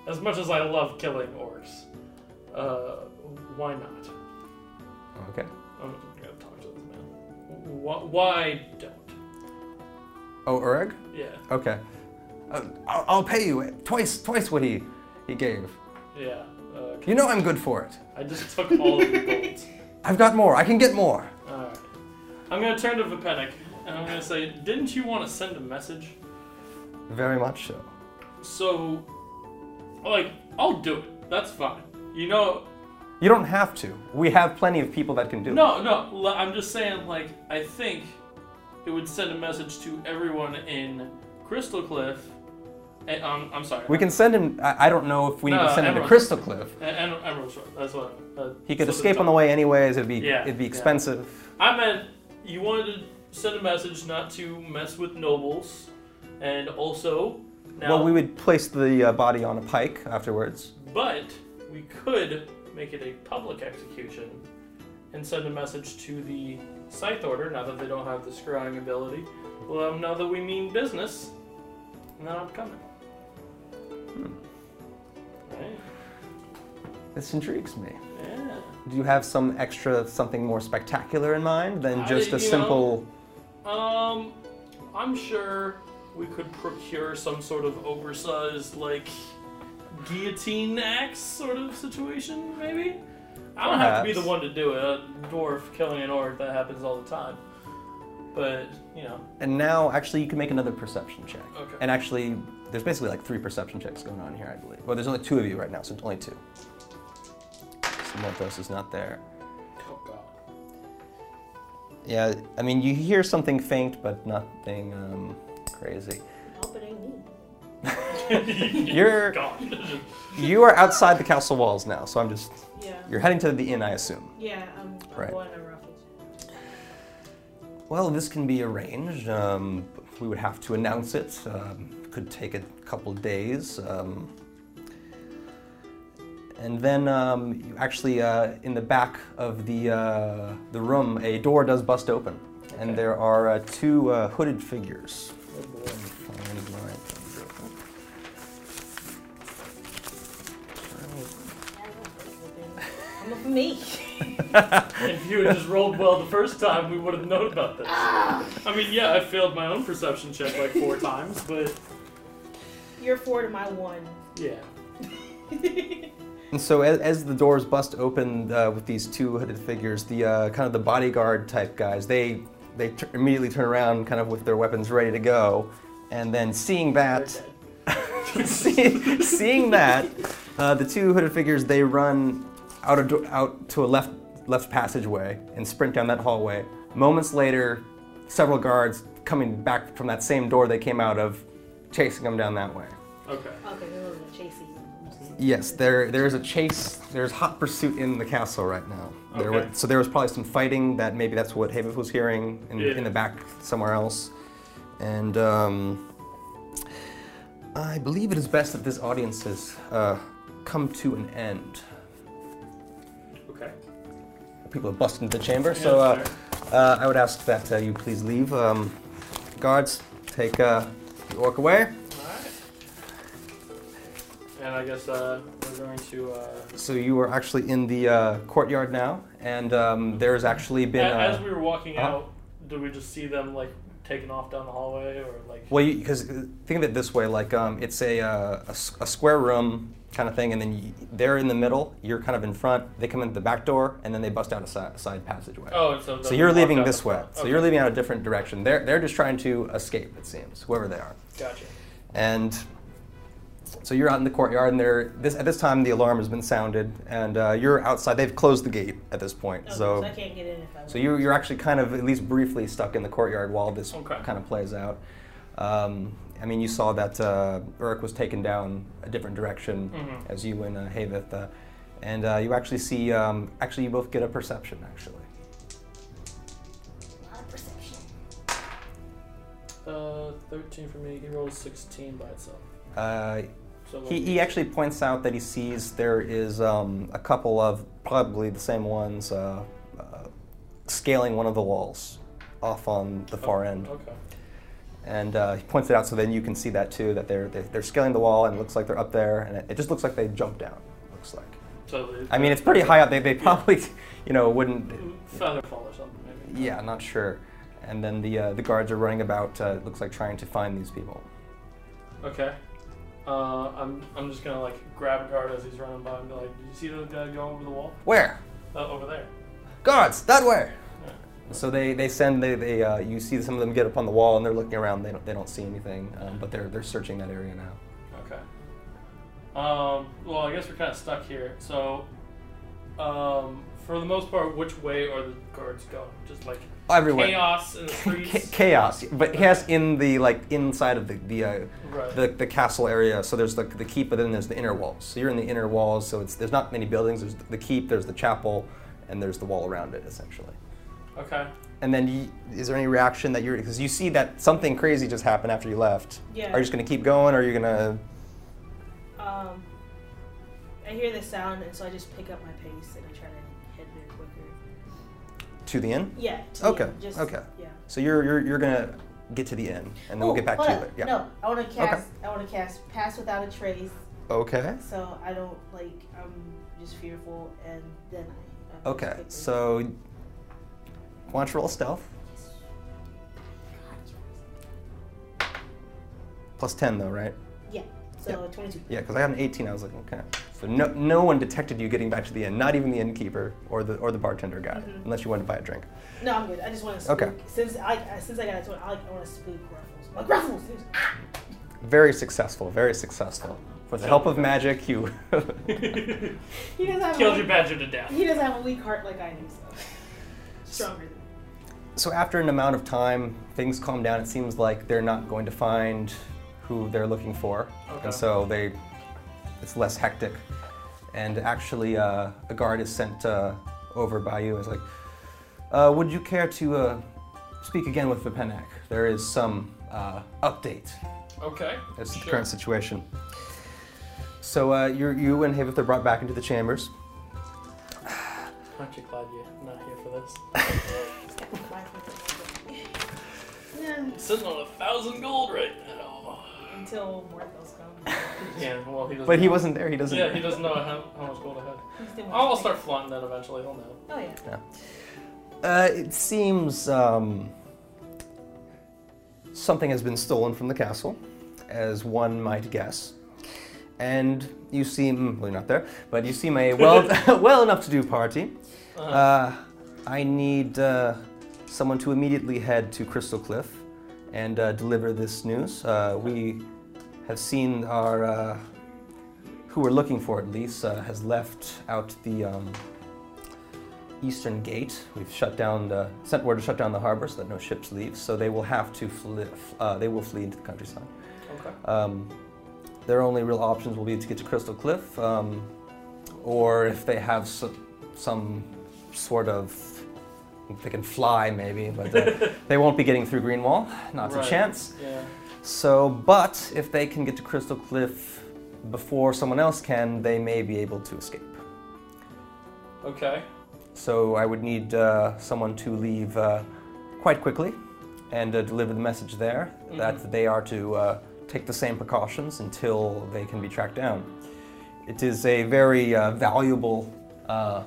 Speaker 2: as much as I love killing orcs, uh, why not?
Speaker 1: Okay.
Speaker 2: I'm gonna talk to this man. Why, why don't?
Speaker 1: Oh, Ureg?
Speaker 2: Yeah,
Speaker 1: Okay. Uh, I'll, I'll pay you twice twice what he, he gave.
Speaker 2: yeah. Okay.
Speaker 1: You know I'm good for it.
Speaker 2: I just took all of the gold.
Speaker 1: I've got more. I can get more.
Speaker 2: Alright. I'm gonna turn to Vipenic and I'm gonna say, didn't you want to send a message?
Speaker 1: Very much so.
Speaker 2: So, like, I'll do it. That's fine. You know,
Speaker 1: You don't have to. We have plenty of people that can do it.
Speaker 2: No, no. l- I'm just saying, like, I think it would send a message to everyone in Crystal Cliff. And, um, I'm sorry.
Speaker 1: We can send him. I, I don't know if we need
Speaker 2: No,
Speaker 1: to send him to
Speaker 2: everyone-
Speaker 1: Crystal Cliff.
Speaker 2: And, and Emerald Shore. That's what. Uh,
Speaker 1: He could
Speaker 2: so
Speaker 1: escape on the way anyways. It'd be
Speaker 2: Yeah,
Speaker 1: it'd be
Speaker 2: yeah.
Speaker 1: expensive.
Speaker 2: I meant you wanted to send a message not to mess with nobles, and also now.
Speaker 1: Well, we would place the uh, body on a pike afterwards.
Speaker 2: But we could make it a public execution and send a message to the Scythe Order now that they don't have the scrying ability. Well, um, now that we mean business, and then I'm coming. Right?
Speaker 1: This intrigues me.
Speaker 2: Yeah.
Speaker 1: Do you have some extra something more spectacular in mind than
Speaker 2: I-
Speaker 1: just a
Speaker 2: you know-
Speaker 1: simple?
Speaker 2: Um, I'm sure we could procure some sort of oversized, like, guillotine axe sort of situation, maybe? I don't have to be the
Speaker 1: Perhaps.
Speaker 2: one to do it. A dwarf killing an orc, that happens all the time. But, you know,
Speaker 1: And now, actually, you can make another perception check.
Speaker 2: okay.
Speaker 1: And actually, there's basically like three perception checks going on here, I believe. Well, there's only two of you right now, so it's only two. So Morphos is not there.
Speaker 2: Oh, God.
Speaker 1: Yeah, I mean, you hear something faint, but nothing um,
Speaker 2: <laughs>
Speaker 1: crazy.
Speaker 3: Hope it ain't me.
Speaker 1: You're
Speaker 2: God.
Speaker 1: you are outside the castle walls now, so I'm just
Speaker 3: Yeah.
Speaker 1: you're heading to the inn, I assume.
Speaker 3: Yeah, I'm, I'm
Speaker 1: Right.
Speaker 3: going to Ruffles.
Speaker 1: Well, this can be arranged. Um, we would have to announce it. Um, could take a couple days. Um, and then, um, you actually, uh, in the back of the, uh, the room, a door does bust open. And
Speaker 2: Okay.
Speaker 1: there are uh, two uh, hooded figures.
Speaker 2: Oh, boy.
Speaker 1: Let me find my things real quick.
Speaker 3: <laughs> I'm a me.
Speaker 2: If you had just rolled well the first time, we would have known about this.
Speaker 1: Ah!
Speaker 2: I mean, yeah, I failed my own perception check like four times, but
Speaker 3: You're four to my one.
Speaker 2: yeah.
Speaker 1: And so, as, as the doors bust open uh, with these two hooded figures, the uh, kind of the bodyguard type guys, they they t- immediately turn around, kind of with their weapons ready to go, and then seeing that, <laughs> see, seeing that, uh, the two hooded figures they run out of do- out to a left left passageway and sprint down that hallway. Moments later, several guards coming back from that same door they came out of, chasing them down that way.
Speaker 2: Okay.
Speaker 3: Okay, they're going to chase you.
Speaker 1: Yes, there there is a chase. There's hot pursuit in the castle right now. There
Speaker 2: Okay.
Speaker 1: wa- so there was probably some fighting that maybe that's what Havith was hearing in, in
Speaker 2: Yeah.
Speaker 1: the back somewhere else, and um, I believe it is best that this audience has uh, come to an end.
Speaker 2: Okay.
Speaker 1: People have busted into the chamber,
Speaker 2: Yeah,
Speaker 1: so uh,
Speaker 2: that's
Speaker 1: uh, I would ask that uh, you please leave. Um, guards, take uh, the orc away.
Speaker 2: fair. Alright. And I guess uh, we're going to. Uh,
Speaker 1: So you are actually in the uh, courtyard now, and um, there has actually been.
Speaker 2: a-
Speaker 1: uh,
Speaker 2: as we were walking
Speaker 1: uh-huh.
Speaker 2: out, did we just see them like taking off down the hallway or like?
Speaker 1: Well, because think of it this way, like um, it's a, uh, a s- a square room kind of thing, and then you, they're in the middle. You're kind of in front. They come in the back door, and then they bust out a side, side passageway.
Speaker 2: Oh, and so.
Speaker 1: so
Speaker 2: then
Speaker 1: you're
Speaker 2: we walked
Speaker 1: leaving
Speaker 2: out
Speaker 1: this
Speaker 2: the
Speaker 1: way.
Speaker 2: front.
Speaker 1: So
Speaker 2: Okay.
Speaker 1: you're leaving out a different direction. They're they're just trying to escape. It seems whoever they are,
Speaker 2: Gotcha.
Speaker 1: and so you're out in the courtyard, and they're this at this time the alarm has been sounded, and uh, you're outside. They've closed the gate at this point.
Speaker 3: Okay, so,
Speaker 1: so
Speaker 3: I can't get in if I want.
Speaker 1: so you, you're actually kind of at least briefly stuck in the courtyard while this
Speaker 2: Okay.
Speaker 1: kind of plays out. Um, I mean, you saw that uh, Uruk was taken down a different direction
Speaker 2: Mhm.
Speaker 1: as you and uh, Havith, uh, and uh, you actually see. Um, actually, you both get a perception. Actually,
Speaker 3: A lot of perception.
Speaker 2: uh, 13 for me. He rolled a 16 by itself.
Speaker 1: Uh,
Speaker 2: So
Speaker 1: He,
Speaker 2: like,
Speaker 1: he actually points out that he sees there is um, a couple of probably the same ones uh, uh, scaling one of the walls off on the far
Speaker 2: oh,
Speaker 1: end,
Speaker 2: Okay.
Speaker 1: and uh, he points it out so then you can see that too that they're they're, they're scaling the wall and it looks like they're up there and it, it just looks like they jumped down. Looks like.
Speaker 2: So they-
Speaker 1: I mean, it's pretty high up. They, they probably you know wouldn't.
Speaker 2: feather fall or something maybe.
Speaker 1: Yeah, not sure. And then the uh, the guards are running about. Uh, it looks like trying to find these people.
Speaker 2: Okay. Uh, I'm I'm just gonna like grab a guard as he's running by and be like, "Did you see those guy go over the wall?
Speaker 1: Where?
Speaker 2: Uh, over there."
Speaker 1: Guards, that way.
Speaker 2: Yeah.
Speaker 1: So they, they send they, they uh, you see some of them get up on the wall and they're looking around. They don't, they don't see anything, um, but they're they're searching that area now.
Speaker 2: Okay. Um, well, I guess we're kind of stuck here. So, um, for the most part, which way are the guards going? Just like
Speaker 1: Everywhere.
Speaker 2: chaos in the
Speaker 1: Ca-
Speaker 2: streets.
Speaker 1: chaos, but yes, in the like inside of the the, uh,
Speaker 2: Right.
Speaker 1: the the castle area. So there's the, the keep, but then there's the inner walls. So you're in the inner walls. So it's there's not many buildings. There's the keep, there's the chapel, and there's the wall around it essentially.
Speaker 2: okay.
Speaker 1: And then you, is there any reaction that you're because you see that something crazy just happened after you left?
Speaker 3: Yeah.
Speaker 1: Are you just gonna keep going? Or are you gonna?
Speaker 3: Um, I hear the sound, and so I just pick up my pace and I try to head there quicker.
Speaker 1: to the inn?
Speaker 3: Yeah. To the
Speaker 1: Okay,
Speaker 3: end, just,
Speaker 1: okay.
Speaker 3: Yeah.
Speaker 1: So you're you're you're gonna get to the inn, and then
Speaker 3: Oh,
Speaker 1: we'll get back to
Speaker 3: hold
Speaker 1: you
Speaker 3: on.
Speaker 1: later. Yeah.
Speaker 3: No, I want to cast. I want to cast pass without a trace,
Speaker 1: Okay.
Speaker 3: so I don't like. I'm just fearful, and then I. I'm just
Speaker 1: Okay.
Speaker 3: quickly-
Speaker 1: So, want to roll stealth?
Speaker 3: Yes.
Speaker 1: Plus ten though, right?
Speaker 3: Yeah. So 22.
Speaker 1: Yeah, because I got an eighteen. I was like, okay. So no no one detected you getting back to the inn, not even the innkeeper or the or the bartender guy,
Speaker 3: Mhm.
Speaker 1: unless you wanted to buy a drink.
Speaker 3: No, I'm good. I just want to.
Speaker 1: Okay.
Speaker 3: Since I I- since I got a 20, I, like, I want to spook Ruffles. I'm like Ruffles. he was- ah!
Speaker 1: Very successful. Very successful. With the help of magic, you.
Speaker 3: <laughs>
Speaker 1: <laughs>
Speaker 3: He doesn't have.
Speaker 2: Killed
Speaker 3: a,
Speaker 2: your badger to death.
Speaker 3: He doesn't have a weak heart like I do.
Speaker 1: <laughs>
Speaker 3: So stronger than. me.
Speaker 1: so after an amount of time, things calm down. It seems like they're not going to find who they're looking for,
Speaker 2: Okay.
Speaker 1: and so they, it's less hectic. And actually, uh, a guard is sent uh, over by you. Is like, uh, would you care to uh, speak again with Vipenak? There is some uh, update
Speaker 2: Okay.
Speaker 1: as to the
Speaker 2: Sure.
Speaker 1: current situation. So uh, you you and Havith are brought back into the chambers.
Speaker 2: Aren't you glad you're not here for this?
Speaker 3: Yeah.
Speaker 2: Sitting on a thousand gold right now.
Speaker 3: Until Morthos comes.
Speaker 2: Yeah. Well, he doesn't.
Speaker 1: But he wasn't there. He doesn't.
Speaker 2: Yeah, he doesn't know how, how much gold I had.
Speaker 3: He's doing
Speaker 2: I'll I'll
Speaker 3: something.
Speaker 2: start flaunting that eventually. He'll know.
Speaker 3: Oh yeah.
Speaker 1: Uh, it seems um, something has been stolen from the castle, as one might guess. And you seem, well, you're not there, but you seem a well, <laughs> well enough to do party.
Speaker 2: Uh,
Speaker 1: Uh, I need uh, someone to immediately head to Crystal Cliff and uh, deliver this news. Uh, we have seen our, uh, who we're looking for at least, uh, has left out the um, eastern gate. We've shut down the, sent word to shut down the harbor so that no ships leave. So they will have to flee, uh, they will flee into the countryside.
Speaker 2: okay.
Speaker 1: Um, their only real options will be to get to Crystal Cliff, um, or if they have so, some sort of they can fly maybe, but uh, they won't be getting through Greenwall. Not
Speaker 2: Right.
Speaker 1: a chance.
Speaker 2: Yeah.
Speaker 1: So, but if they can get to Crystal Cliff before someone else can, they may be able to escape.
Speaker 2: Okay.
Speaker 1: So I would need uh, someone to leave uh, quite quickly and uh, deliver the message there that
Speaker 2: Mhm.
Speaker 1: they are to uh, take the same precautions until they can be tracked down. It is a very uh, valuable. Uh,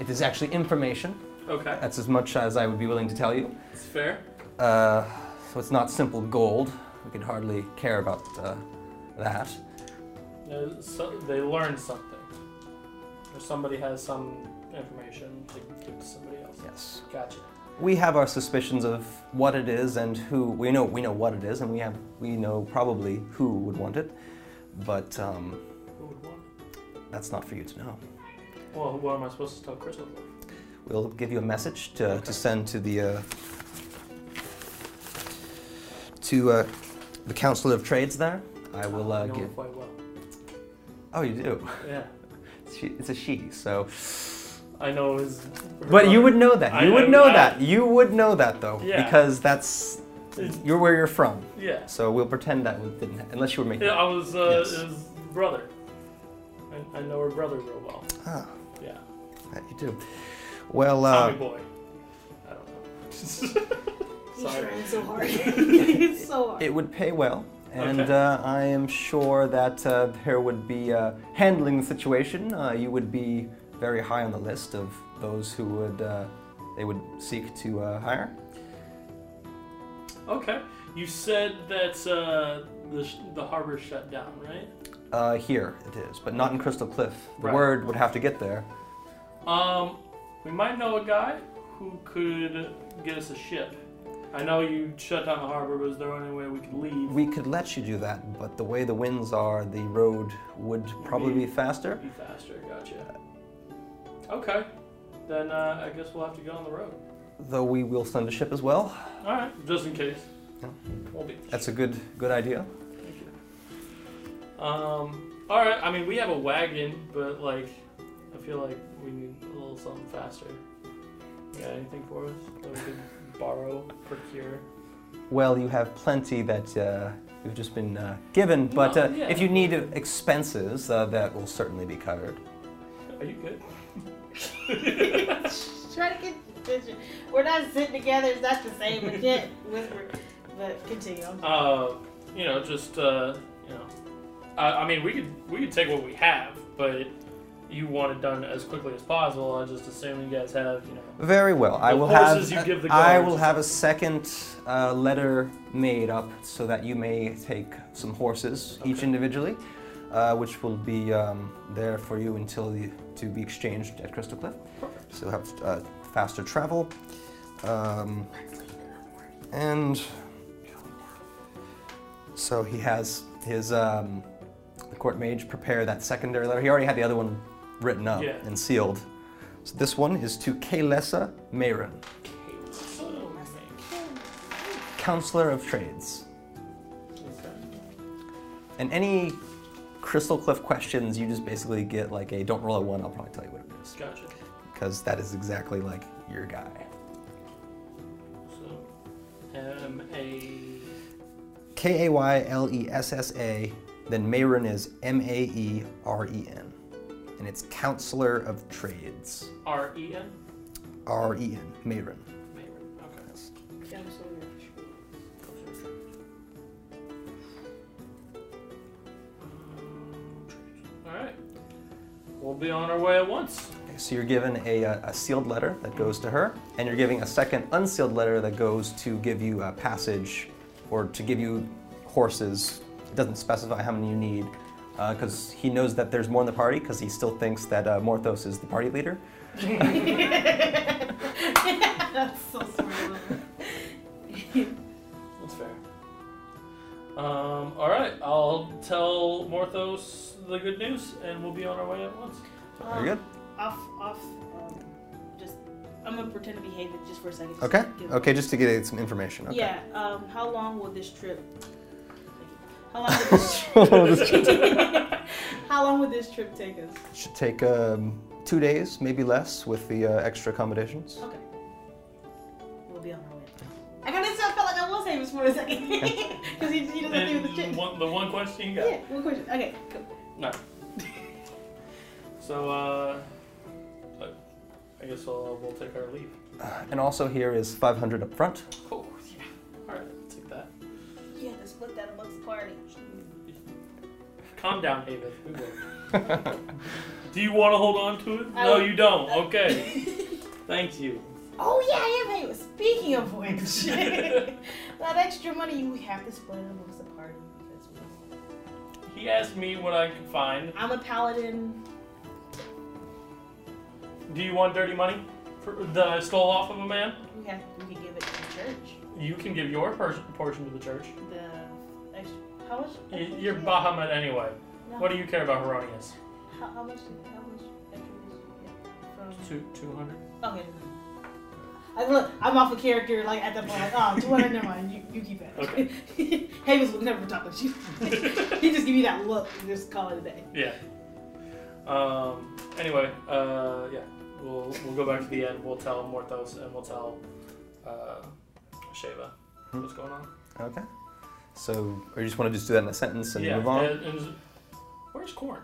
Speaker 1: it is actually information.
Speaker 2: Okay.
Speaker 1: That's as much as I would be willing to tell you.
Speaker 2: It's fair.
Speaker 1: Uh, so it's not simple gold. We could hardly care about uh, that.
Speaker 2: Uh, so they learned something, or somebody has some information to give to somebody else.
Speaker 1: Yes.
Speaker 2: Gotcha.
Speaker 1: We have our suspicions of what it is and who we know. We know what it is, and we have we know probably who would want it, but um,
Speaker 2: Who would want? it?
Speaker 1: that's not for you to know.
Speaker 2: Well, what am I supposed to tell Crystal?
Speaker 1: We'll give you a message to, to send to the uh, to uh, the Council of Trades there. I will uh,
Speaker 2: you know her
Speaker 1: give.
Speaker 2: quite well.
Speaker 1: Oh, you do.
Speaker 2: Yeah,
Speaker 1: She, it's a she. So,
Speaker 2: I know his.
Speaker 1: but you would know that.
Speaker 2: I
Speaker 1: You would
Speaker 2: know
Speaker 1: know
Speaker 2: that.
Speaker 1: that. You would know that though,
Speaker 2: Yeah.
Speaker 1: because that's You're where you're from,
Speaker 2: Yeah.
Speaker 1: so we'll pretend that we didn't, unless you were making.
Speaker 2: Yeah, I was uh,
Speaker 1: Yes.
Speaker 2: his brother. I, I know her brother real well.
Speaker 1: Ah,
Speaker 2: Yeah.
Speaker 1: that you do. Well, uh,
Speaker 2: Tommy boy. I don't know. <laughs>
Speaker 3: He's
Speaker 2: Sorry.
Speaker 3: trying so
Speaker 1: <laughs>
Speaker 3: hard. <laughs> it's so hard.
Speaker 1: it would pay well, and
Speaker 2: Okay.
Speaker 1: uh, I am sure that uh, there would be uh, handling the situation. Uh, you would be very high on the list of those who would uh, they would seek to uh, hire.
Speaker 2: Okay. You said that uh, the, sh- the harbor shut down, right?
Speaker 1: Uh, here it is, but not in Crystal Cliff. The
Speaker 2: Right.
Speaker 1: word would have to get there.
Speaker 2: Um, we might know a guy who could get us a ship. I know you shut down the harbor, but is there any way we could leave?
Speaker 1: We could let you do that, but the way the winds are, the road would probably be faster.
Speaker 2: Be faster. Gotcha. Okay. Then uh, I guess we'll have to get on the road.
Speaker 1: Though we will send a ship as well.
Speaker 2: All right, just in case.
Speaker 1: Yeah.
Speaker 2: We'll be.
Speaker 1: That's a good good idea.
Speaker 2: Thank you. Um. All right. I mean, we have a wagon, but like, I feel like we need a little something faster. You got anything for us that we could borrow, procure?
Speaker 1: Well, you have plenty that uh, you've just been uh, given, but
Speaker 2: No,
Speaker 1: uh,
Speaker 2: yeah.
Speaker 1: if you need uh, expenses, uh, that will certainly be covered.
Speaker 2: Are you good?
Speaker 3: Try to get attention. We're not sitting together. It's not the same. We can't whisper. But continue. <laughs> I'm
Speaker 2: Uh, you know, just uh, you know, I, I mean, we could we could take what we have, but you want it done as quickly as possible. I just assume you guys have, you know.
Speaker 1: Very well. I
Speaker 2: The
Speaker 1: will
Speaker 2: horses
Speaker 1: have
Speaker 2: you give the
Speaker 1: I
Speaker 2: guards.
Speaker 1: will have a second uh, letter made up so that you may take some horses each
Speaker 2: Okay.
Speaker 1: individually, uh, which will be um, there for you until the, to be exchanged at Crystal Cliff.
Speaker 2: Perfect.
Speaker 1: So you'll have uh, faster travel. Um, and so he has his um, the court mage prepare that secondary letter. He already had the other one written up
Speaker 2: Yeah.
Speaker 1: and sealed. So this one is to Kalesa Mayron,
Speaker 2: So,
Speaker 1: counselor of trades.
Speaker 2: okay.
Speaker 1: And any Crystal Cliff questions, you just basically get like a don't roll a one. I'll probably tell you what it is
Speaker 2: Gotcha.
Speaker 1: because that is exactly like your guy.
Speaker 2: So, M A.
Speaker 1: K A Y L E S S A, then Mayron is M A E R E N. And it's Counselor of Trades.
Speaker 2: R E N?
Speaker 1: R E N, Mayron.
Speaker 2: Maybe. Okay.
Speaker 3: so rich.
Speaker 2: Alright. We'll be on our way at once.
Speaker 1: Okay, So you're given a, uh, a sealed letter that goes to her, and you're giving a second unsealed letter that goes to give you a passage or to give you horses. It doesn't specify how many you need because he knows that there's more in the party because he still thinks that uh, Morthos is the party leader.
Speaker 3: That's so smart.
Speaker 2: That's fair. Um, alright, I'll tell Morthos the good news and we'll be on our way at once.
Speaker 1: Very
Speaker 3: Oh,
Speaker 1: good.
Speaker 3: Off, off. Um, just, I'm gonna pretend to be Haven just for a second. just
Speaker 1: Okay?
Speaker 3: to give-
Speaker 1: Okay, just to get some information. Okay.
Speaker 3: Yeah. Um. How long will this trip? How
Speaker 1: <laughs>
Speaker 3: long? Will this,
Speaker 2: <laughs>
Speaker 3: how long would this trip take us?
Speaker 1: Should take um, two days, maybe less, with the uh, extra accommodations.
Speaker 3: Okay. We'll be on our way. I kind of felt like I was Haven for a second <laughs> because he, he doesn't think of the
Speaker 2: And
Speaker 3: trip.
Speaker 2: one, the one question you got.
Speaker 3: Yeah. One question. Okay. Cool.
Speaker 2: No. so, uh, I- I guess I'll, we'll take our leave.
Speaker 1: And also here is 500 up front.
Speaker 2: Oh, yeah. Alright, take that.
Speaker 3: Yeah. Let's split that amongst the party.
Speaker 2: Calm down, David. We will. <laughs> Do you want to hold on to it?
Speaker 3: I
Speaker 2: No,
Speaker 3: will-
Speaker 2: you don't. Okay.
Speaker 3: <laughs>
Speaker 2: Thank you.
Speaker 3: Oh yeah, I am Haven. Speaking of which, <laughs> that extra money we have to split it amongst the party because we.
Speaker 2: He asked me what I could find.
Speaker 3: I'm a paladin.
Speaker 2: Do you want dirty money for, that I stole off of a man?
Speaker 3: We have we can give it to the church.
Speaker 2: You can give your pers- portion to the church.
Speaker 3: The extra, how much?
Speaker 2: Y- You're Bahamut anyway.
Speaker 3: No.
Speaker 2: What do you care about Heronius?
Speaker 3: How, how much? How much? Extra is it
Speaker 2: Two, two hundred.
Speaker 3: from? Okay. never mind. I, look, I'm off of character. Like at that point, like, oh, 200. never mind. You, you keep it.
Speaker 2: Okay.
Speaker 3: <laughs> Havens will never talk with you. <laughs> he just give you that look and just call it a day.
Speaker 2: Yeah. Um. Anyway, uh, yeah. We'll we'll go back to the end. We'll tell Morthos and we'll tell uh, Sheva.
Speaker 1: Hmm.
Speaker 2: what's going on.
Speaker 1: Okay. So, or you just want to just do that in a sentence and move on?
Speaker 2: and- and- where's corn?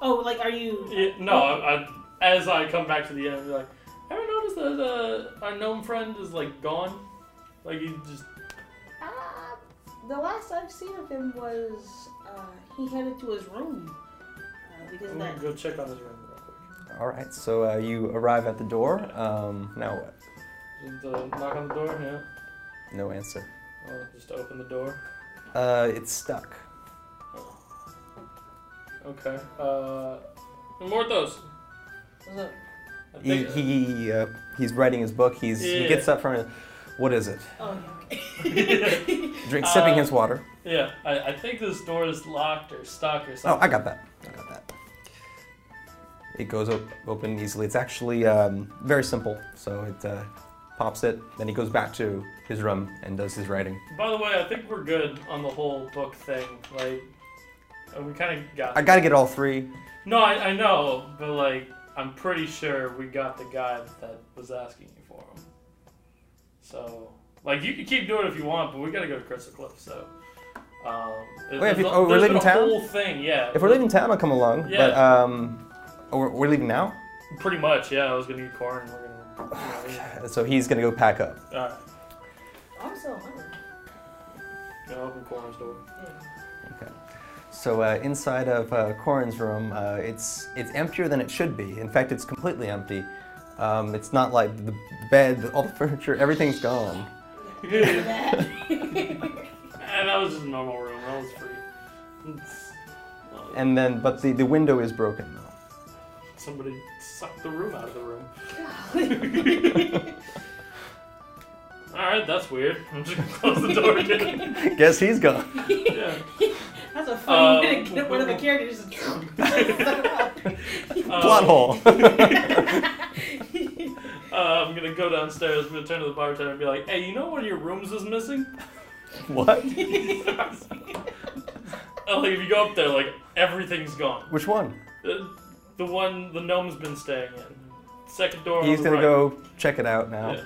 Speaker 3: Oh, like, are you?
Speaker 2: Yeah, no, I, I, as I come back to the end, like, ever noticed that uh, our gnome friend is like gone? Like he just
Speaker 3: Ah, the last I've seen of him was uh, he headed to his room uh, because
Speaker 2: I'm
Speaker 3: of
Speaker 2: gonna
Speaker 3: that.
Speaker 2: go check on his room real quick.
Speaker 1: All right. So uh, you arrive at the door. Um, now what?
Speaker 2: Just, uh, knock on the door. Yeah,
Speaker 1: No answer.
Speaker 2: I'll Oh, just open the door.
Speaker 1: Uh, it's stuck.
Speaker 2: Okay. Uh, Morthos.
Speaker 3: What's up?
Speaker 2: I
Speaker 1: He,
Speaker 2: think,
Speaker 1: he uh, he's writing his book. He's he
Speaker 2: Yeah.
Speaker 1: gets up from. his- What is it?
Speaker 3: Oh, yeah, <laughs> okay.
Speaker 1: Drink,
Speaker 2: Uh,
Speaker 1: sipping his water.
Speaker 2: <laughs> yeah, I, I think this door is locked or stuck or
Speaker 1: Oh,
Speaker 2: something.
Speaker 1: I got that. I got that. It goes op- open easily. It's actually um, very simple. So it uh, pops it. Then he goes back to his room and does his writing.
Speaker 2: By the way, I think we're good on the whole book thing. Like, uh, we kind of got.
Speaker 1: I gotta get all three.
Speaker 2: No, I, I know, but like, I'm pretty sure we got the guy that was asking you for him. So, like, you can keep doing it if you want, but we gotta go to Crystal Cliff. So, um,
Speaker 1: Wait, if
Speaker 2: there's
Speaker 1: you-
Speaker 2: a-
Speaker 1: oh, we're
Speaker 2: there's
Speaker 1: leaving
Speaker 2: been a
Speaker 1: town?
Speaker 2: Whole thing, yeah.
Speaker 1: If we're leaving town, I'll come along.
Speaker 2: Yeah.
Speaker 1: But um, oh, we're, we're leaving now.
Speaker 2: pretty much, yeah. I was gonna eat corn. We're gonna.
Speaker 1: Oh,
Speaker 2: You know,
Speaker 1: So he's gonna go pack up.
Speaker 2: eat. All right,
Speaker 3: I'm so <laughs> hungry.
Speaker 2: gonna open corn's door.
Speaker 3: Yeah.
Speaker 1: So uh, inside of uh, Corin's room, uh, it's it's emptier than it should be. In fact, it's completely empty. Um, it's not like the bed, all the <laughs> furniture, everything's gone.
Speaker 3: <laughs>
Speaker 2: and that was just a normal room. That was free. It's- well,
Speaker 1: And then, but the, the window is broken though.
Speaker 2: somebody sucked the room out of the room. All right, that's weird. <laughs> I'm just gonna close the door
Speaker 3: <laughs>
Speaker 1: <laughs>
Speaker 2: again.
Speaker 1: Guess he's gone.
Speaker 2: Yeah.
Speaker 3: That's a funny
Speaker 2: Um,
Speaker 3: way to get one of the characters. <laughs> Just
Speaker 2: Um,
Speaker 1: Plot
Speaker 2: <laughs>
Speaker 1: hole.
Speaker 2: Uh, I'm gonna go downstairs. I'm gonna turn to the bartender and be like, "Hey, you know one of your rooms is missing?"
Speaker 1: what?
Speaker 2: Uh, like, if you go up there, like everything's gone.
Speaker 1: Which one?
Speaker 2: Uh, the one the gnome's been staying in. Second door. on
Speaker 1: He's
Speaker 2: the
Speaker 1: gonna
Speaker 2: right.
Speaker 1: go check it out now.
Speaker 2: Yeah.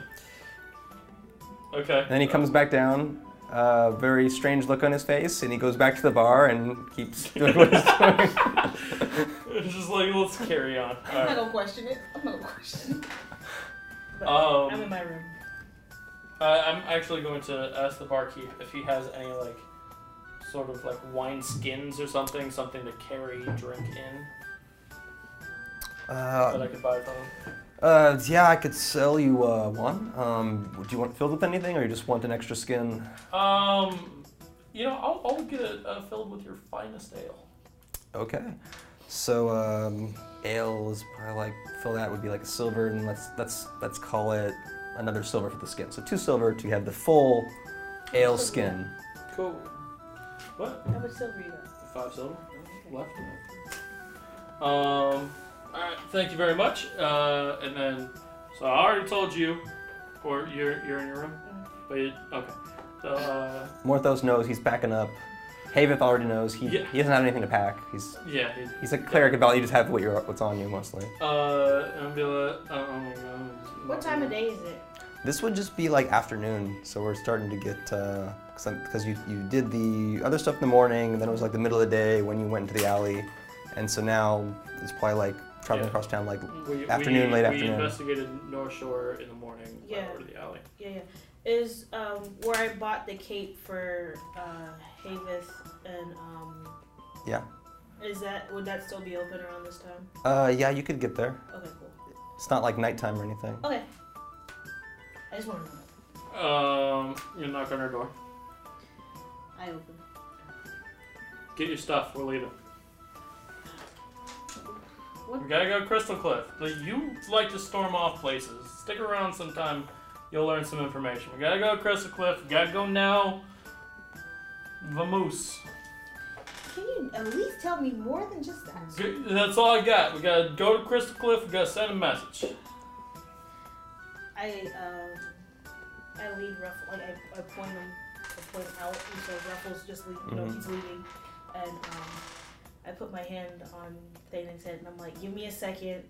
Speaker 2: Okay.
Speaker 1: And then he comes back down, uh, very strange look on his face, and he goes back to the bar and
Speaker 2: <laughs>
Speaker 1: keeps doing what he's doing.
Speaker 2: It's just like let's carry
Speaker 3: <laughs>
Speaker 2: on. All
Speaker 3: I'm not
Speaker 2: right.
Speaker 3: gonna question it. I'm not gonna question. it. But
Speaker 2: Um,
Speaker 3: I'm in my room.
Speaker 2: Uh, I'm actually going to ask the barkeep if he has any like sort of like wine skins or something, something to carry drink in that I
Speaker 1: Uh,
Speaker 2: could buy from him.
Speaker 1: uh, yeah, I could sell you uh, one. Um, do you want it filled with anything, or you just want an extra skin?
Speaker 2: Um, you know, I'll, I'll get it uh, filled with your finest ale.
Speaker 1: Okay. So um, ale is probably like fill that would be like a silver, and let's let's let's call it another silver for the skin. So two silver to have the full ale skin.
Speaker 2: Cool. What?
Speaker 3: How much silver you got?
Speaker 2: Five silver left. Um. All right. Thank you very much. Uh, and then, so I already told you, or you're you're in your room.
Speaker 3: Mm-hmm.
Speaker 2: But you, okay. So uh,
Speaker 1: Morthos knows he's packing up. Havith already knows he
Speaker 2: Yeah.
Speaker 1: he doesn't have anything to pack. He's
Speaker 2: yeah. He,
Speaker 1: he's a cleric of value. You just have what you're what's on you mostly.
Speaker 2: uh, I'm gonna. Oh, oh my god.
Speaker 3: What time of day is it?
Speaker 1: This would just be like afternoon, so we're starting to get uh, because you you did the other stuff in the morning, and then it was like the middle of the day when you went into the alley, and so now it's probably like traveling
Speaker 2: Yeah.
Speaker 1: across town like
Speaker 2: We,
Speaker 1: Afternoon,
Speaker 2: we,
Speaker 1: late
Speaker 2: we
Speaker 1: afternoon.
Speaker 2: investigated North Shore in the morning. went
Speaker 3: Yeah.
Speaker 2: Over to the alley.
Speaker 3: Yeah, yeah. Is um where I bought the cape for uh Havith and um
Speaker 1: Yeah.
Speaker 3: Is that would that still be open around this time?
Speaker 1: Uh, yeah, you could get there.
Speaker 3: Okay, cool.
Speaker 1: It's not like nighttime or anything.
Speaker 3: Okay. I just want to know.
Speaker 2: Um, you knock on her door.
Speaker 3: I open.
Speaker 2: Get your stuff. We're leaving.
Speaker 3: What?
Speaker 2: We gotta go to Crystal Cliff. Like, you like to storm off places. Stick around sometime. You'll learn some information. We gotta go to Crystal Cliff. We gotta go now. Vamoose.
Speaker 3: Can you at least tell me more than just that?
Speaker 2: G- That's all I got. We gotta go to Crystal Cliff. We gotta send a message.
Speaker 3: I um I lead Ruffles like I, I point him I point him out and so Ruffles just leave, you know
Speaker 1: Mhm.
Speaker 3: he's leaving and um I put my hand on Thaden's head and I'm like give me a second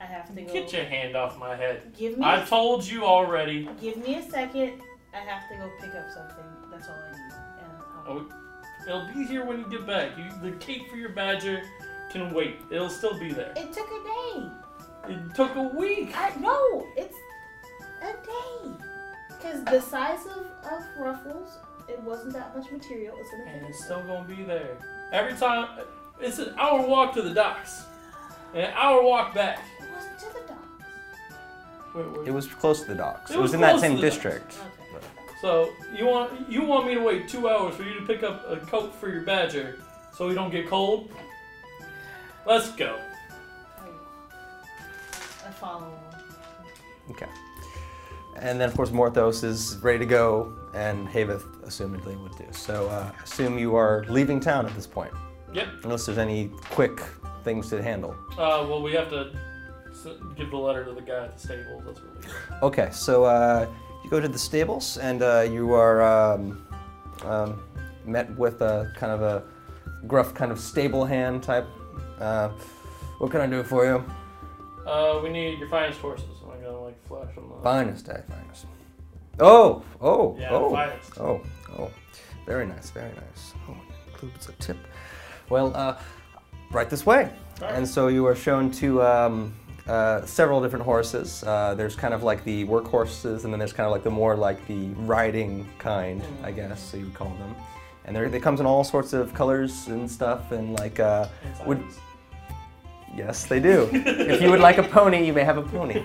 Speaker 3: I have to go
Speaker 2: Get your hand off my head.
Speaker 3: give me
Speaker 2: I told you already.
Speaker 3: give me a second I have to go pick up something. That's all I need. And
Speaker 2: Oh,
Speaker 3: um,
Speaker 2: It'll be here when you get back. You, the cake for your badger can wait. It'll still be there.
Speaker 3: it took a day.
Speaker 2: It took a week.
Speaker 3: I no, it's a day. Cause the size of, of ruffles, it wasn't that much material. It's gonna
Speaker 2: And
Speaker 3: take
Speaker 2: it's
Speaker 3: us-
Speaker 2: still gonna be there. Every time, it's an hour walk to the docks, and an hour walk back.
Speaker 3: It wasn't to the docks.
Speaker 2: Wait, wait.
Speaker 1: It was close to the docks.
Speaker 2: It
Speaker 1: It,
Speaker 2: was
Speaker 1: was, in that
Speaker 2: close to
Speaker 1: same
Speaker 2: the docks.
Speaker 1: district.
Speaker 3: Okay.
Speaker 2: So you want you want me to wait two hours for you to pick up a coat for your badger, so he don't get cold? Let's go.
Speaker 3: I, I follow him.
Speaker 1: Okay. And then, of course, Morthos is ready to go, and Haveth assumedly would do. So, uh, assume you are leaving town at this point.
Speaker 2: Yep.
Speaker 1: Unless there's any quick things to handle.
Speaker 2: Uh, well, we have to s- give the letter to the guy at the stable. That's really good.
Speaker 1: Okay, so uh, you go to the stables, and uh, you are um, um, met with a kind of a gruff, kind of stable hand type. Uh, what can I do for you?
Speaker 2: Uh, we need your finest horses. Am I gonna like flash them? Up?
Speaker 1: Finest, I finest. Oh, oh,
Speaker 2: Yeah,
Speaker 1: oh.
Speaker 2: finest.
Speaker 1: Oh, oh, very nice, very nice. Oh, it includes a tip. Well, uh, right this way.
Speaker 2: All right.
Speaker 1: And so you are shown to um, uh, several different horses. Uh, there's kind of like the work horses, and then there's kind of like the more like the riding kind, I guess, so you would call them. And they're- they comes in all sorts of colors and stuff, and like, uh,
Speaker 2: And
Speaker 1: would-
Speaker 2: silence.
Speaker 1: yes, they do. if you would like a pony, you may have a pony.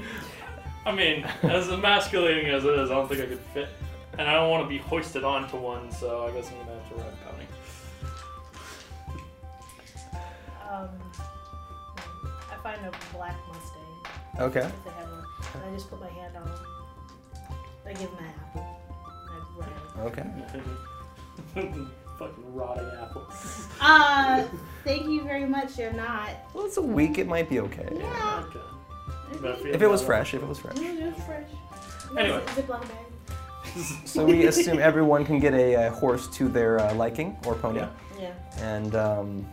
Speaker 1: <laughs>
Speaker 2: I mean, as emasculating as it is, I don't think I could fit. And I don't want to be hoisted onto one, so I guess I'm gonna have to ride pony.
Speaker 3: Um, I find a black Mustang
Speaker 1: Okay.
Speaker 3: if they have one, and I just put my hand on him. I give him an apple. and I run.
Speaker 1: Okay.
Speaker 2: <laughs> Fucking rotting apples.
Speaker 3: Uh, thank you very much. You're not.
Speaker 1: Well, it's a week. It might be okay.
Speaker 3: Yeah.
Speaker 2: Okay.
Speaker 1: If it was fresh, if it was fresh.
Speaker 3: fresh.
Speaker 2: Anyway.
Speaker 3: Ziploc bag.
Speaker 2: <laughs>
Speaker 1: So we assume everyone can get a, uh horse to their uh, liking or pony,
Speaker 2: Yeah.
Speaker 3: Yeah.
Speaker 1: and um,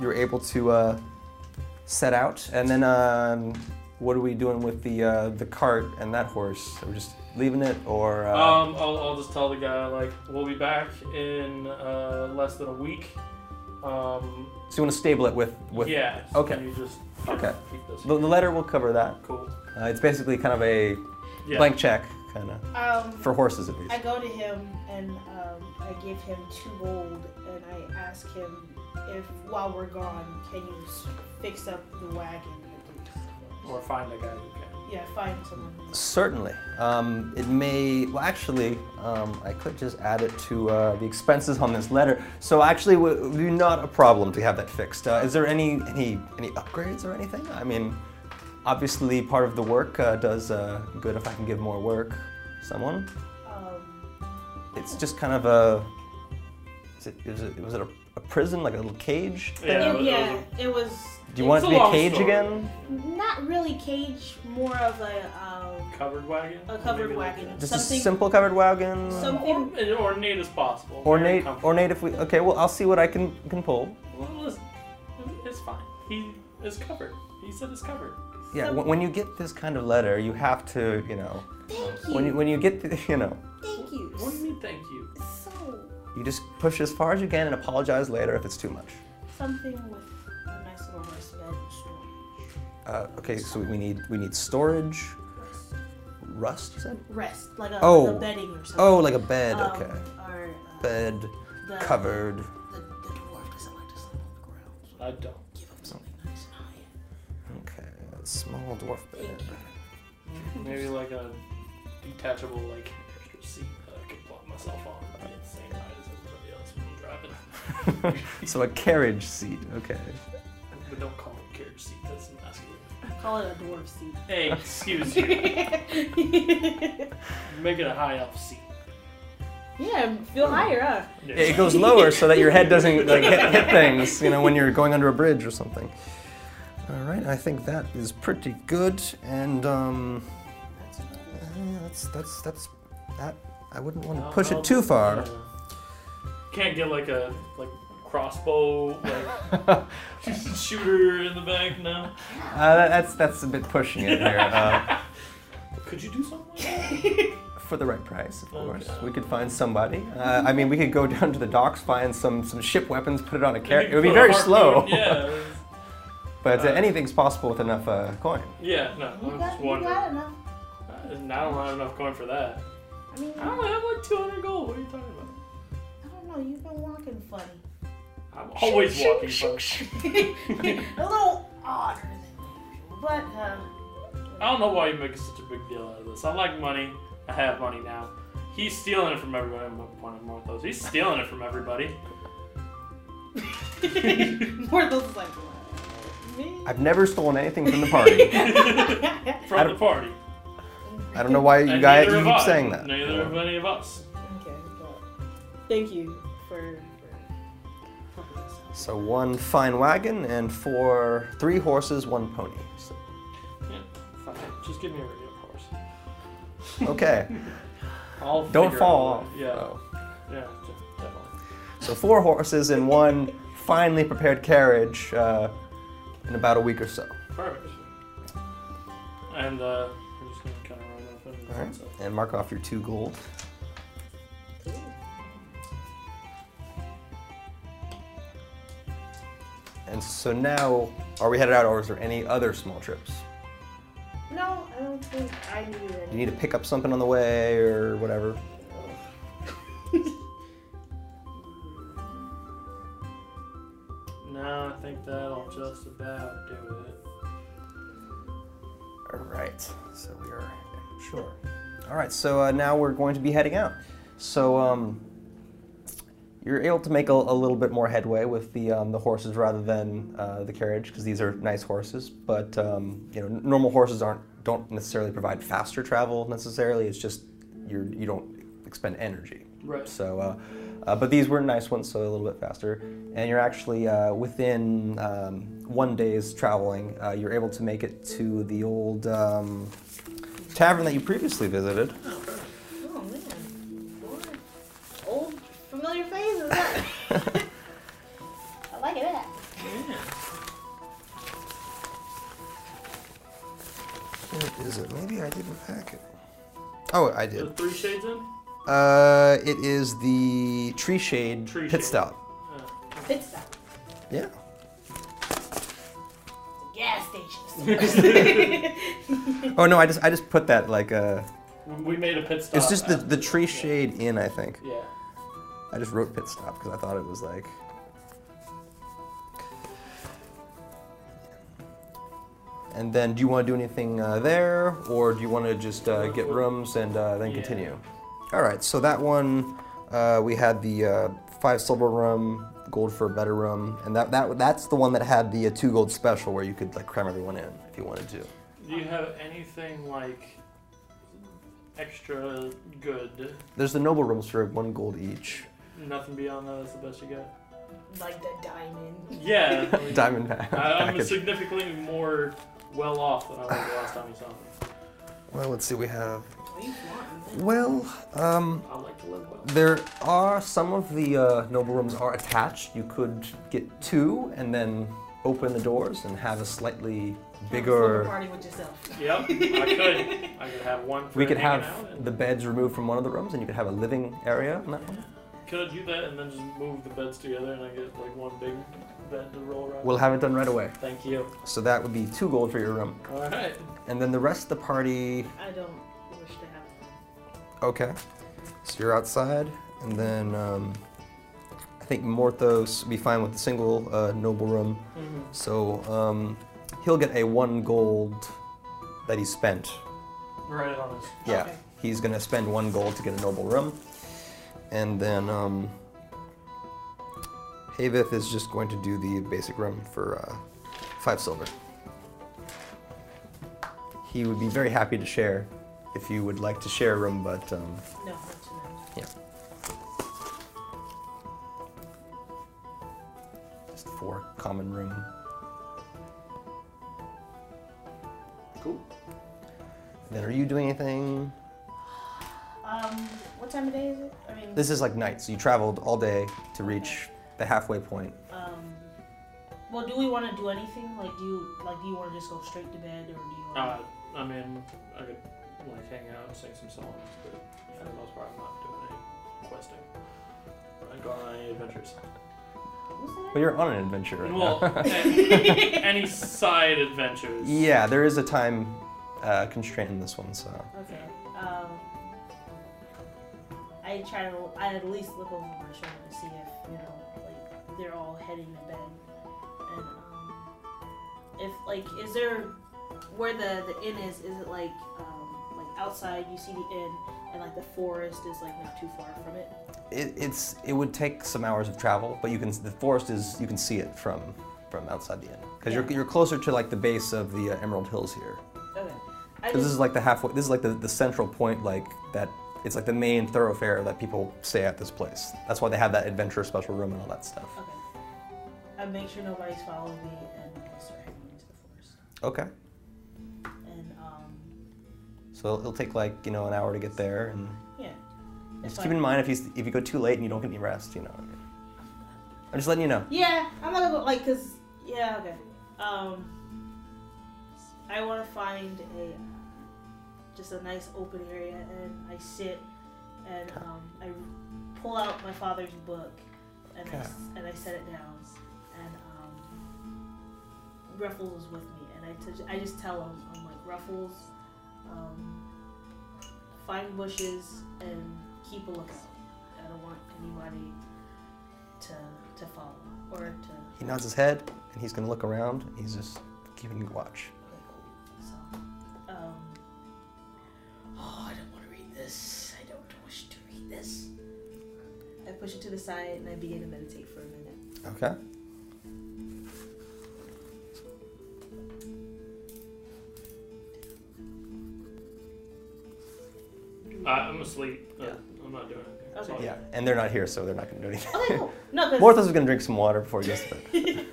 Speaker 1: you're able to uh, set out. And then, um, what are we doing with the uh, the cart and that horse? Are we just leaving it, or uh,
Speaker 2: Um, I'll, I'll just tell the guy like we'll be back in uh, less than a week. Um,
Speaker 1: so you want to stable it with with?
Speaker 2: yeah.
Speaker 1: okay.
Speaker 2: Can you just
Speaker 1: Okay.
Speaker 2: keep this?
Speaker 1: The, the letter will cover that.
Speaker 2: Cool.
Speaker 1: Uh, it's basically kind of a
Speaker 2: Yeah.
Speaker 1: blank check, kind of
Speaker 3: Um,
Speaker 1: for horses at least.
Speaker 3: I go to him and um, I give him two gold and I ask him if while we're gone, can you s- fix up the wagon? at least?
Speaker 2: Or find a guy who can.
Speaker 3: Yeah, find someone. who-
Speaker 1: Certainly. Um, it may, well, actually, um, I could just add it to uh, the expenses on this letter. So actually, it would be not a problem to have that fixed. Uh, is there any, any, any upgrades or anything? I mean, obviously, part of the work uh, does uh, good if I can give more work someone.
Speaker 3: Um,
Speaker 1: It's just kind of a, is it, is it, was it a, a prison, like a little cage?
Speaker 2: Yeah,
Speaker 3: it-
Speaker 2: but it
Speaker 3: yeah,
Speaker 2: was
Speaker 3: it was
Speaker 1: Do you want
Speaker 2: It's
Speaker 1: it to
Speaker 2: a
Speaker 1: be a
Speaker 2: long
Speaker 1: cage
Speaker 2: story.
Speaker 1: again?
Speaker 3: not really cage, more of a um,
Speaker 2: Covered wagon.
Speaker 3: A covered
Speaker 2: Maybe like
Speaker 3: wagon.
Speaker 2: that.
Speaker 1: Just
Speaker 3: Something-
Speaker 1: a simple covered wagon?
Speaker 3: something.
Speaker 2: As ornate as possible. Very
Speaker 1: Ornate,
Speaker 2: comfortable.
Speaker 1: ornate if we, okay, well, I'll see what I can, can pull.
Speaker 2: Well, it's, it's fine. He is covered. He said it's covered.
Speaker 1: Yeah,
Speaker 3: Some-
Speaker 1: w- when you get this kind of letter, you have to, you know,
Speaker 3: Thank
Speaker 1: when you,
Speaker 3: you.
Speaker 1: when you get, the, <laughs> you know,
Speaker 3: Thank you.
Speaker 2: What do you mean, thank you?
Speaker 3: So.
Speaker 1: you just push as far as you can and apologize later if it's too much.
Speaker 3: Something with a nice little wristband.
Speaker 1: Uh, okay, so we need we need storage,
Speaker 3: Rest.
Speaker 1: rust. You said?
Speaker 3: Rest, like a,
Speaker 1: Oh.
Speaker 3: like a bedding or something.
Speaker 1: Oh, like a bed.
Speaker 3: Um,
Speaker 1: Okay,
Speaker 3: Or uh,
Speaker 1: bed
Speaker 3: the,
Speaker 1: covered.
Speaker 3: The, the dwarf doesn't like to sleep on the ground. So
Speaker 2: I
Speaker 3: <laughs>
Speaker 2: don't.
Speaker 3: give him something nice and high.
Speaker 1: Okay, a small dwarf bed.
Speaker 3: Thank you.
Speaker 2: Maybe like a detachable, like, extra seat that I could plop myself on and be at the same height as everybody else when I'm driving.
Speaker 1: so a carriage seat. Okay.
Speaker 2: But don't call it a carriage seat. That's masculine.
Speaker 3: Call it a dwarf seat.
Speaker 2: Hey, excuse
Speaker 3: <laughs>
Speaker 2: you. Make it a high elf seat.
Speaker 3: yeah, feel higher, huh?
Speaker 2: Yeah.
Speaker 1: It goes lower so that your head <laughs> doesn't like hit, hit things. You know, when you're going under a bridge or something. All right, I think that is pretty good. And um,
Speaker 3: That's about it.
Speaker 1: Uh, that's that's that's that. I wouldn't want
Speaker 2: I'll-
Speaker 1: to push
Speaker 2: I'll-
Speaker 1: it too far.
Speaker 2: yeah. Can't get like a like crossbow like
Speaker 1: <laughs>
Speaker 2: shooter in the back now.
Speaker 1: Uh, <laughs> that's that's a bit pushing it here. Uh,
Speaker 2: Could you do something? Like that?
Speaker 1: for the right price, of course.
Speaker 2: Okay.
Speaker 1: We could find somebody. Uh, I mean, we could go <laughs> down to the docks, find some some ship weapons, put it on a carrier. It would be
Speaker 2: Put a
Speaker 1: very
Speaker 2: hard
Speaker 1: slow,
Speaker 2: code- Yeah,
Speaker 1: <laughs> but uh,
Speaker 2: Uh,
Speaker 1: anything's possible with enough uh, coin.
Speaker 2: yeah, no,
Speaker 3: You
Speaker 2: I'm
Speaker 3: got,
Speaker 2: just
Speaker 3: you got
Speaker 2: wondering.
Speaker 3: enough.
Speaker 2: I don't have enough coin for that.
Speaker 3: I mean,
Speaker 2: I only have like 200 gold. What are you talking about?
Speaker 3: I don't know. You've been walking funny. <laughs>
Speaker 2: I'm always
Speaker 3: Shoo, shoo,
Speaker 2: walking.
Speaker 3: shoo,
Speaker 2: fast.
Speaker 3: shoo. a little odder than usual, but uh, <laughs>
Speaker 2: I don't know why you make such a big deal out of this. I like money. I have money now. He's stealing it from everybody. I'm pointing more at those. He's stealing it from everybody.
Speaker 3: Morthal's like, me. <laughs>
Speaker 1: I've never stolen anything from the party.
Speaker 2: <laughs>
Speaker 1: I
Speaker 2: From the
Speaker 1: don't-
Speaker 2: party.
Speaker 1: I don't know why you
Speaker 2: And
Speaker 1: guys
Speaker 2: neither
Speaker 1: you
Speaker 2: have
Speaker 1: keep
Speaker 2: I.
Speaker 1: saying that.
Speaker 2: Neither of any of us.
Speaker 3: Okay, well, thank you for. for helping us out.
Speaker 1: So one fine wagon and four, three horses, one pony. So-
Speaker 2: Yeah, fine. Just give me a regular horse.
Speaker 1: okay,
Speaker 2: <laughs> I'll
Speaker 1: don't
Speaker 2: figure
Speaker 1: fall
Speaker 2: out
Speaker 1: off.
Speaker 2: a way. Yeah,
Speaker 1: Oh.
Speaker 2: yeah, de- definitely.
Speaker 1: So four horses and one finely prepared carriage uh, in about a week or so.
Speaker 2: Perfect. And uh, we're just gonna kind of run off and
Speaker 1: All right. And mark off your two gold. And so now, are we headed out, or is there any other small trips?
Speaker 3: No, I don't think I need
Speaker 1: Do you
Speaker 3: any.
Speaker 1: need to pick up something on the way, or whatever?
Speaker 2: No, I think that'll just about do it.
Speaker 1: All right. So we are sure. All right. So uh, now we're going to be heading out. So um, you're able to make a, a little bit more headway with the um, the horses rather than uh, the carriage because these are nice horses. But um, you know, n- normal horses aren't don't necessarily provide faster travel necessarily. It's just you're you don't expend energy.
Speaker 2: Right.
Speaker 1: So, uh, uh, but these were nice ones, so a little bit faster. And you're actually uh, within um, one day's traveling. Uh, you're able to make it to the old um, tavern that you previously visited.
Speaker 3: Oh man, Four old familiar faces. huh?
Speaker 1: <laughs>
Speaker 3: <laughs> I like that.
Speaker 1: Where is it? Maybe I didn't pack it. Oh, I
Speaker 2: The
Speaker 1: did.
Speaker 2: three shades in?
Speaker 1: Uh, it is the Tree Shade
Speaker 2: Tree
Speaker 1: Pit
Speaker 2: Shade.
Speaker 1: Stop.
Speaker 2: Uh,
Speaker 3: Pit stop.
Speaker 2: <laughs>
Speaker 1: Yeah.
Speaker 3: The
Speaker 1: <laughs>
Speaker 3: gas station. <laughs>
Speaker 1: Oh no, I just I just put that like uh,
Speaker 2: we- we made a pit stop.
Speaker 1: it's just the
Speaker 2: after
Speaker 1: the
Speaker 2: this,
Speaker 1: Tree
Speaker 2: yeah.
Speaker 1: Shade Inn, I think.
Speaker 2: Yeah.
Speaker 1: I just wrote pit stop because I thought it was like. And then, do you want to do anything uh, there, or do you want to just uh, get rooms and uh, then
Speaker 2: Uh-huh. Yeah.
Speaker 1: continue? All right. So that one, uh, we had the uh, five silver room, gold for a better room, and that, that that's the one that had the uh, two gold special where you could like cram everyone in if you wanted to.
Speaker 2: Do you have anything like extra good?
Speaker 1: There's the noble rooms for one gold each.
Speaker 2: Nothing beyond that. That's the best you
Speaker 1: <laughs>
Speaker 2: got.
Speaker 3: like the diamond.
Speaker 2: Oh, Yeah. like,
Speaker 1: Diamond pack.
Speaker 2: I, I'm <laughs>
Speaker 1: package.
Speaker 2: significantly more well off than I was the last time you saw me.
Speaker 1: Well, let's see. We have.
Speaker 3: What do you want?
Speaker 1: Well, um,
Speaker 2: I like to live well.
Speaker 1: There are some of the uh, noble rooms are attached. You could get two and then open the doors and have a slightly
Speaker 3: Slumber
Speaker 1: bigger.
Speaker 3: Party with yourself.
Speaker 2: Yep. I could. I could have one. For
Speaker 1: We could
Speaker 2: hanging out
Speaker 1: have
Speaker 2: and-
Speaker 1: the beds removed from one of the rooms, and you could have a living area in that one.
Speaker 2: Could I do that and then just move the beds together and I get like one big bed to roll around?
Speaker 1: We'll have it done right away.
Speaker 2: Thank you.
Speaker 1: So that would be two gold for your room,
Speaker 2: All right.
Speaker 1: and then the rest of the party.
Speaker 3: I don't wish to have.
Speaker 1: Okay, so you're outside, and then um, I think Morthos would be fine with the single uh, noble room. So um, he'll get a one gold that he spent.
Speaker 2: Right on us.
Speaker 1: Yeah,
Speaker 3: Okay.
Speaker 1: he's gonna spend one gold to get a noble room, and then um, Havith is just going to do the basic room for uh, five silver. He would be very happy to share if you would like to share a room, but um,
Speaker 3: No, not tonight.
Speaker 1: just for common room.
Speaker 2: Cool.
Speaker 1: Then are you doing anything?
Speaker 3: Um, what time of day is it? I mean,
Speaker 1: This is like night, so you traveled all day to reach the halfway point.
Speaker 3: um, well, do we want to do anything? Like, do you like do you want to just go straight to bed, or do you?
Speaker 2: Uh,
Speaker 3: Wanna...
Speaker 2: I mean, I could like hang out and sing some songs, but for the most part, I'm not doing any questing. I'm not going on any adventures.
Speaker 1: Well, you're on an adventure right
Speaker 2: well,
Speaker 1: now. <laughs>
Speaker 2: a- any side adventures?
Speaker 1: yeah, there is a time uh, constraint in this one, so.
Speaker 3: Okay. Um, I try to. I at least look over my shoulder to see if you know, like they're all heading to bed, and um, if like, is there where the the inn is? Is it like um, like outside? You see the inn, and like the forest is like not too far from it.
Speaker 1: It, it's it would take some hours of travel, but you can the forest is you can see it from from outside the inn because you're,
Speaker 3: Yeah.
Speaker 1: you're closer to like the base of the uh, Emerald Hills here.
Speaker 3: Okay. I
Speaker 1: 'Cause this
Speaker 3: just
Speaker 1: is like the halfway. This is like the, the central point. Like that, it's like the main thoroughfare that people stay at this place. That's why they have that adventure special room and all that stuff.
Speaker 3: okay. I make sure nobody's following me, and I start heading into the forest.
Speaker 1: Okay,
Speaker 3: And um,
Speaker 1: so it'll, it'll take like you know an hour to get there, and
Speaker 3: yeah. That's
Speaker 1: just
Speaker 3: fine.
Speaker 1: keep in mind if you if you go too late and you don't get any rest, you know. I'm just letting you know.
Speaker 3: Yeah, I'm gonna go like, cause yeah, okay. Um, I want to find a just a nice open area, and I sit and um, I pull out my father's book, and I s and I set it down, and um, Ruffles is with me, and I touch- I just tell him I'm like Ruffles, um, find bushes and keep a lookout. I don't want anybody to to follow or to
Speaker 1: He nods his head and he's gonna look around. And he's just keeping you watch.
Speaker 3: So, um, oh, I don't want to read this. I don't wish to read this. I push it to the side and I begin to meditate for a minute.
Speaker 1: Okay.
Speaker 2: I, I'm asleep. Uh,
Speaker 1: Yeah.
Speaker 2: I'm not doing anything.
Speaker 3: Okay.
Speaker 2: Sorry.
Speaker 1: Yeah, and they're not here, so they're not gonna do
Speaker 3: <laughs>
Speaker 1: anything.
Speaker 3: <laughs> Okay, cool. No, because
Speaker 1: Morthos is gonna drink some water before he gets to bed.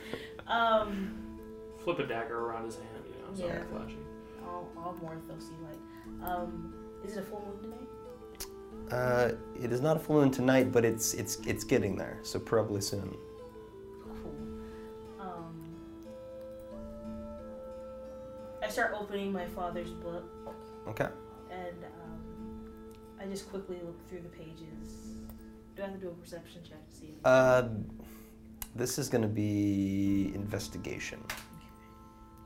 Speaker 3: um,
Speaker 2: Flip a dagger around his hand. You know, it's not
Speaker 3: Yeah.
Speaker 2: flashing.
Speaker 3: all, all Morthos you like. Um, is it a full moon today?
Speaker 1: Uh, it is not a full moon tonight, but it's it's it's getting there, so probably soon.
Speaker 3: Cool. Um, I start opening my father's book.
Speaker 1: Okay.
Speaker 3: and um, I just quickly look through the pages. Do I have to do a perception check to see? if-
Speaker 1: Uh, this is gonna be investigation.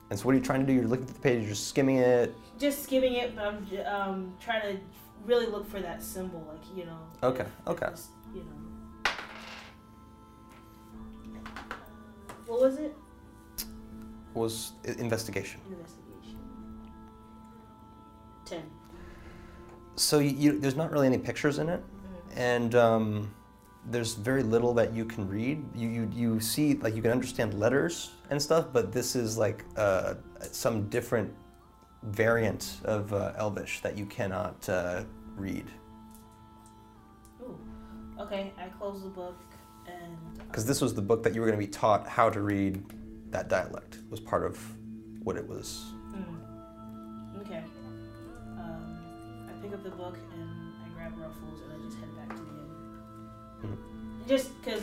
Speaker 1: And so, what are you trying to do? You're looking at the page, you're skimming it.
Speaker 3: just skimming it, but I'm j- um, trying to really look for that symbol, like you know.
Speaker 1: Okay,
Speaker 3: if- if
Speaker 1: okay.
Speaker 3: it's, You know. What was it?
Speaker 1: Was i- investigation.
Speaker 3: Investigation. Ten.
Speaker 1: So you, you, there's not really any pictures in it. and um, there's very little that you can read. You, you you see like you can understand letters and stuff, but this is like uh, some different variant of uh, Elvish that you cannot uh, read
Speaker 3: Ooh. Okay, I close the book and.
Speaker 1: because this was the book that you were going to be taught how to read that dialect was part of what it was.
Speaker 3: Hmm. Okay. Um, I pick up the book and I grab Ruffles and I just head back to the inn.
Speaker 1: Hmm.
Speaker 3: Just because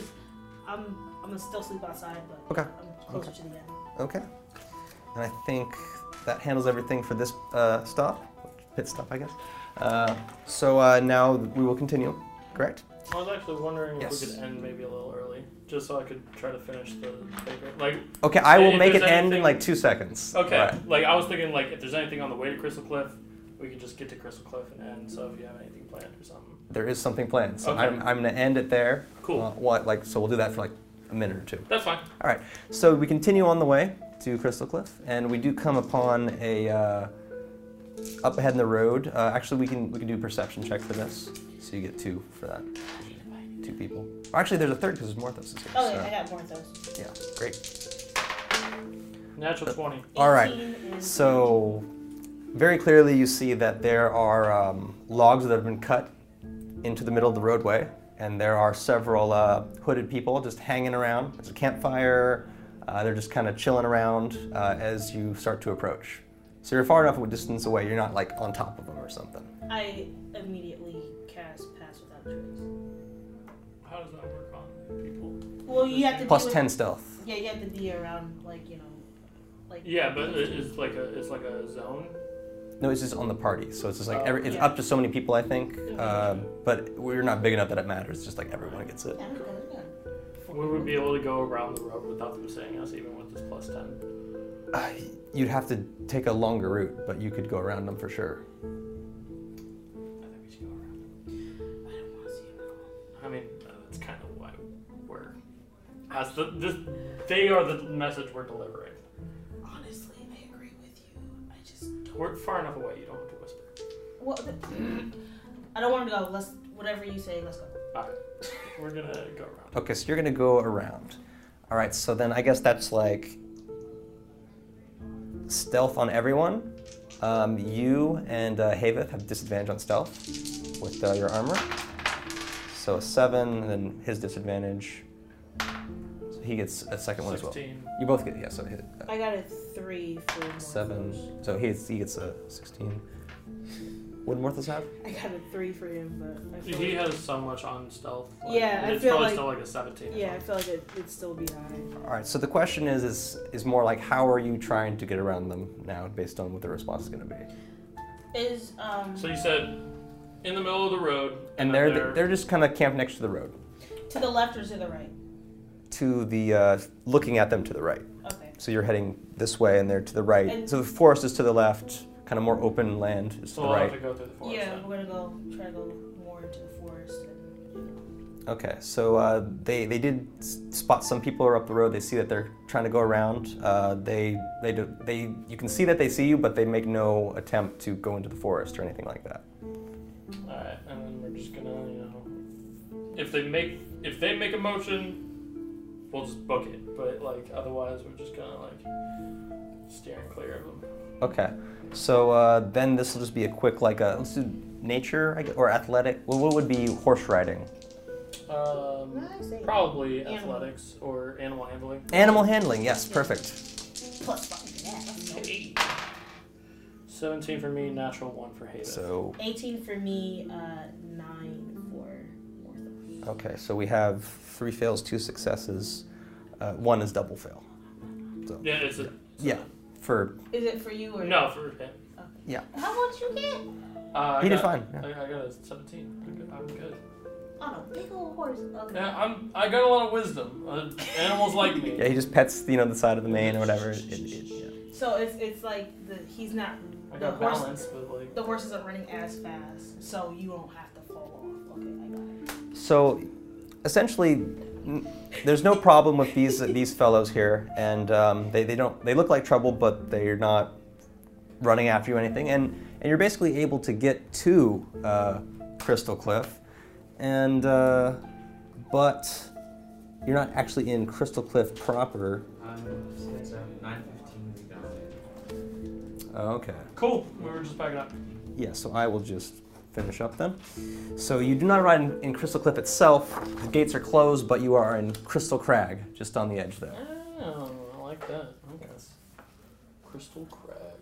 Speaker 3: I'm I'm gonna still sleep outside, but
Speaker 1: Okay.
Speaker 3: I'm closer to the inn.
Speaker 1: Okay, and I think that handles everything for this uh, stop, pit stop, I guess. Uh, so uh, now we will continue. Correct.
Speaker 2: I was actually wondering if we
Speaker 1: Yes.
Speaker 2: could end maybe a little early, just so I could try to finish the paper. Like,
Speaker 1: Okay, I will
Speaker 2: If
Speaker 1: make it
Speaker 2: there's
Speaker 1: end in
Speaker 2: anything-
Speaker 1: like two seconds.
Speaker 2: okay,
Speaker 1: Alright.
Speaker 2: like I was thinking, like if there's anything on the way to Crystal Cliff, we could just get to Crystal Cliff and end. So if you have anything planned or something,
Speaker 1: There is something planned, so
Speaker 2: Okay.
Speaker 1: I'm, I'm gonna end it there.
Speaker 2: Cool.
Speaker 1: Uh, what like so we'll do that for like a minute or two.
Speaker 2: that's fine.
Speaker 1: All right, so we continue on the way to Crystal Cliff, and we do come upon a uh, up ahead in the road. Uh, actually, we can we can do a perception check for this, so you get two for that. Two people. Or actually, there's a third because there's more of those. here.
Speaker 3: Oh, yeah, I got more of those.
Speaker 1: so, yeah, great. uh,
Speaker 2: Natural twenty.
Speaker 1: All right.
Speaker 3: 18 and-
Speaker 1: So, very clearly, you see that there are um, logs that have been cut into the middle of the roadway, and there are several uh, hooded people just hanging around. There's a campfire. Uh, they're just kind of chilling around uh, as you start to approach. So you're far enough of a distance away. You're not like on top of them or something.
Speaker 3: I immediately cast pass without trace.
Speaker 2: How does that work on people?
Speaker 3: Well, you have to
Speaker 1: Plus
Speaker 3: be with-
Speaker 1: ten stealth.
Speaker 3: Yeah, you have to be around like you know, like
Speaker 2: uh, Yeah, but it- it's like a it's like a zone.
Speaker 1: No, it's just on the party. So it's just like
Speaker 2: Oh.
Speaker 1: every, it's
Speaker 3: Yeah.
Speaker 1: up to so many people, I think.
Speaker 3: Mhm.
Speaker 1: Um, but we're not big enough that it matters. Just like everyone gets it.
Speaker 3: Yeah, okay, yeah.
Speaker 2: We would be able to go around the rope without them seeing us, even with this plus ten.
Speaker 1: Uh, <sighs> you'd have to take a longer route, but you could go around them for sure.
Speaker 2: I think we should go around. I mean, uh, that's kind of why we're. That's the this. They are the message we're delivering.
Speaker 4: Honestly, I agree with you. I just
Speaker 2: We're far enough away. You don't have to whisper.
Speaker 3: Well, the- I don't want to go. Let's whatever you say. Let's go.
Speaker 2: We're gonna go around.
Speaker 1: Okay, so you're gonna go around. All right, so then I guess that's like stealth on everyone. Um, you and uh, Havith have disadvantage on stealth with uh, your armor. So a seven, and then his disadvantage. So he gets a second one as well.
Speaker 2: Sixteen.
Speaker 1: You both get yeah. So hit uh,
Speaker 3: I got a three for Morthos.
Speaker 1: seven. So he gets, he gets a sixteen. What did Morthos have?
Speaker 3: I got a three for him, but I feel
Speaker 2: He
Speaker 3: like,
Speaker 2: has so much on stealth.
Speaker 3: Yeah, I
Speaker 2: it's
Speaker 3: feel
Speaker 2: probably
Speaker 3: like-
Speaker 2: still like a seventeen. or
Speaker 3: yeah, I
Speaker 2: something.
Speaker 3: feel like it, it'd still be high.
Speaker 1: All right. So the question is, is is more like how are you trying to get around them now, based on what the response is going to be.
Speaker 3: Is um
Speaker 2: So you said in the middle of the road,
Speaker 1: And
Speaker 2: then
Speaker 1: they're they're, just kind of camped next to the road,
Speaker 3: to the left or to the right?
Speaker 1: to the uh, looking at them to the right.
Speaker 3: Okay.
Speaker 1: So you're heading this way, and they're to the right.
Speaker 3: And-
Speaker 1: so the forest is to the left, kind of more open land is to the
Speaker 2: so we'll have
Speaker 1: right.
Speaker 2: to go through the forest.
Speaker 3: yeah,
Speaker 2: then.
Speaker 3: we're gonna go try to go more into the forest. And,
Speaker 1: Okay. So uh, they they did s- spot some people are up the road. They see that they're trying to go around. Uh, they they do, they you can see that they see you, but they make no attempt to go into the forest or anything like that.
Speaker 2: Alright, and then we're just gonna, you know, if they make if they make a motion, we'll just book it. But like otherwise, we're just kind of like steering clear of them.
Speaker 1: Okay. So uh, then this will just be a quick like a let's do nature I guess, or athletic. Well, what would be horse riding?
Speaker 2: Um,
Speaker 3: I say
Speaker 2: probably
Speaker 3: Animal.
Speaker 2: athletics or animal handling.
Speaker 1: Animal handling. Yes, perfect.
Speaker 3: plus five for that. let's go.
Speaker 2: Seventeen for me, natural one for Hayden.
Speaker 1: So
Speaker 3: Eighteen for me. Uh, nine for Morthos.
Speaker 1: okay, so we have three fails, two successes. Uh, one is double fail.
Speaker 2: yeah, it's a
Speaker 1: Yeah. For
Speaker 3: Is it for you or
Speaker 2: no for him.
Speaker 3: How much you get?
Speaker 2: Uh, I
Speaker 1: he did
Speaker 2: got-
Speaker 1: fine. yeah.
Speaker 2: I, I got a seventeen. I'm good. I'm good.
Speaker 3: On a big old horse. Okay.
Speaker 2: Yeah, I'm. I got a lot of wisdom. Uh, animals like me.
Speaker 1: Yeah, he just pets you know the side of the mane or whatever. It, it, yeah.
Speaker 3: So it's it's like the he's not
Speaker 2: I
Speaker 3: the
Speaker 2: got
Speaker 3: horse
Speaker 2: balance, but like.
Speaker 3: the horses are running as fast, so you don't have to fall off. Okay, I got it.
Speaker 1: So essentially, n- there's no problem with these these fellows here, and um, they, they don't they look like trouble, but they're not running after you or anything, and and you're basically able to get to uh, Crystal Cliff, and uh, but you're not actually in Crystal Cliff proper.
Speaker 5: Um, since um, 9.15 we got it.
Speaker 1: Okay.
Speaker 2: Cool. We were just packing up.
Speaker 1: Yeah, so I will just finish up then. So you do not ride in, in Crystal Cliff itself. The gates are closed, but you are in Crystal Crag, just on the edge there.
Speaker 2: Oh, I like that. Okay. Crystal Crag.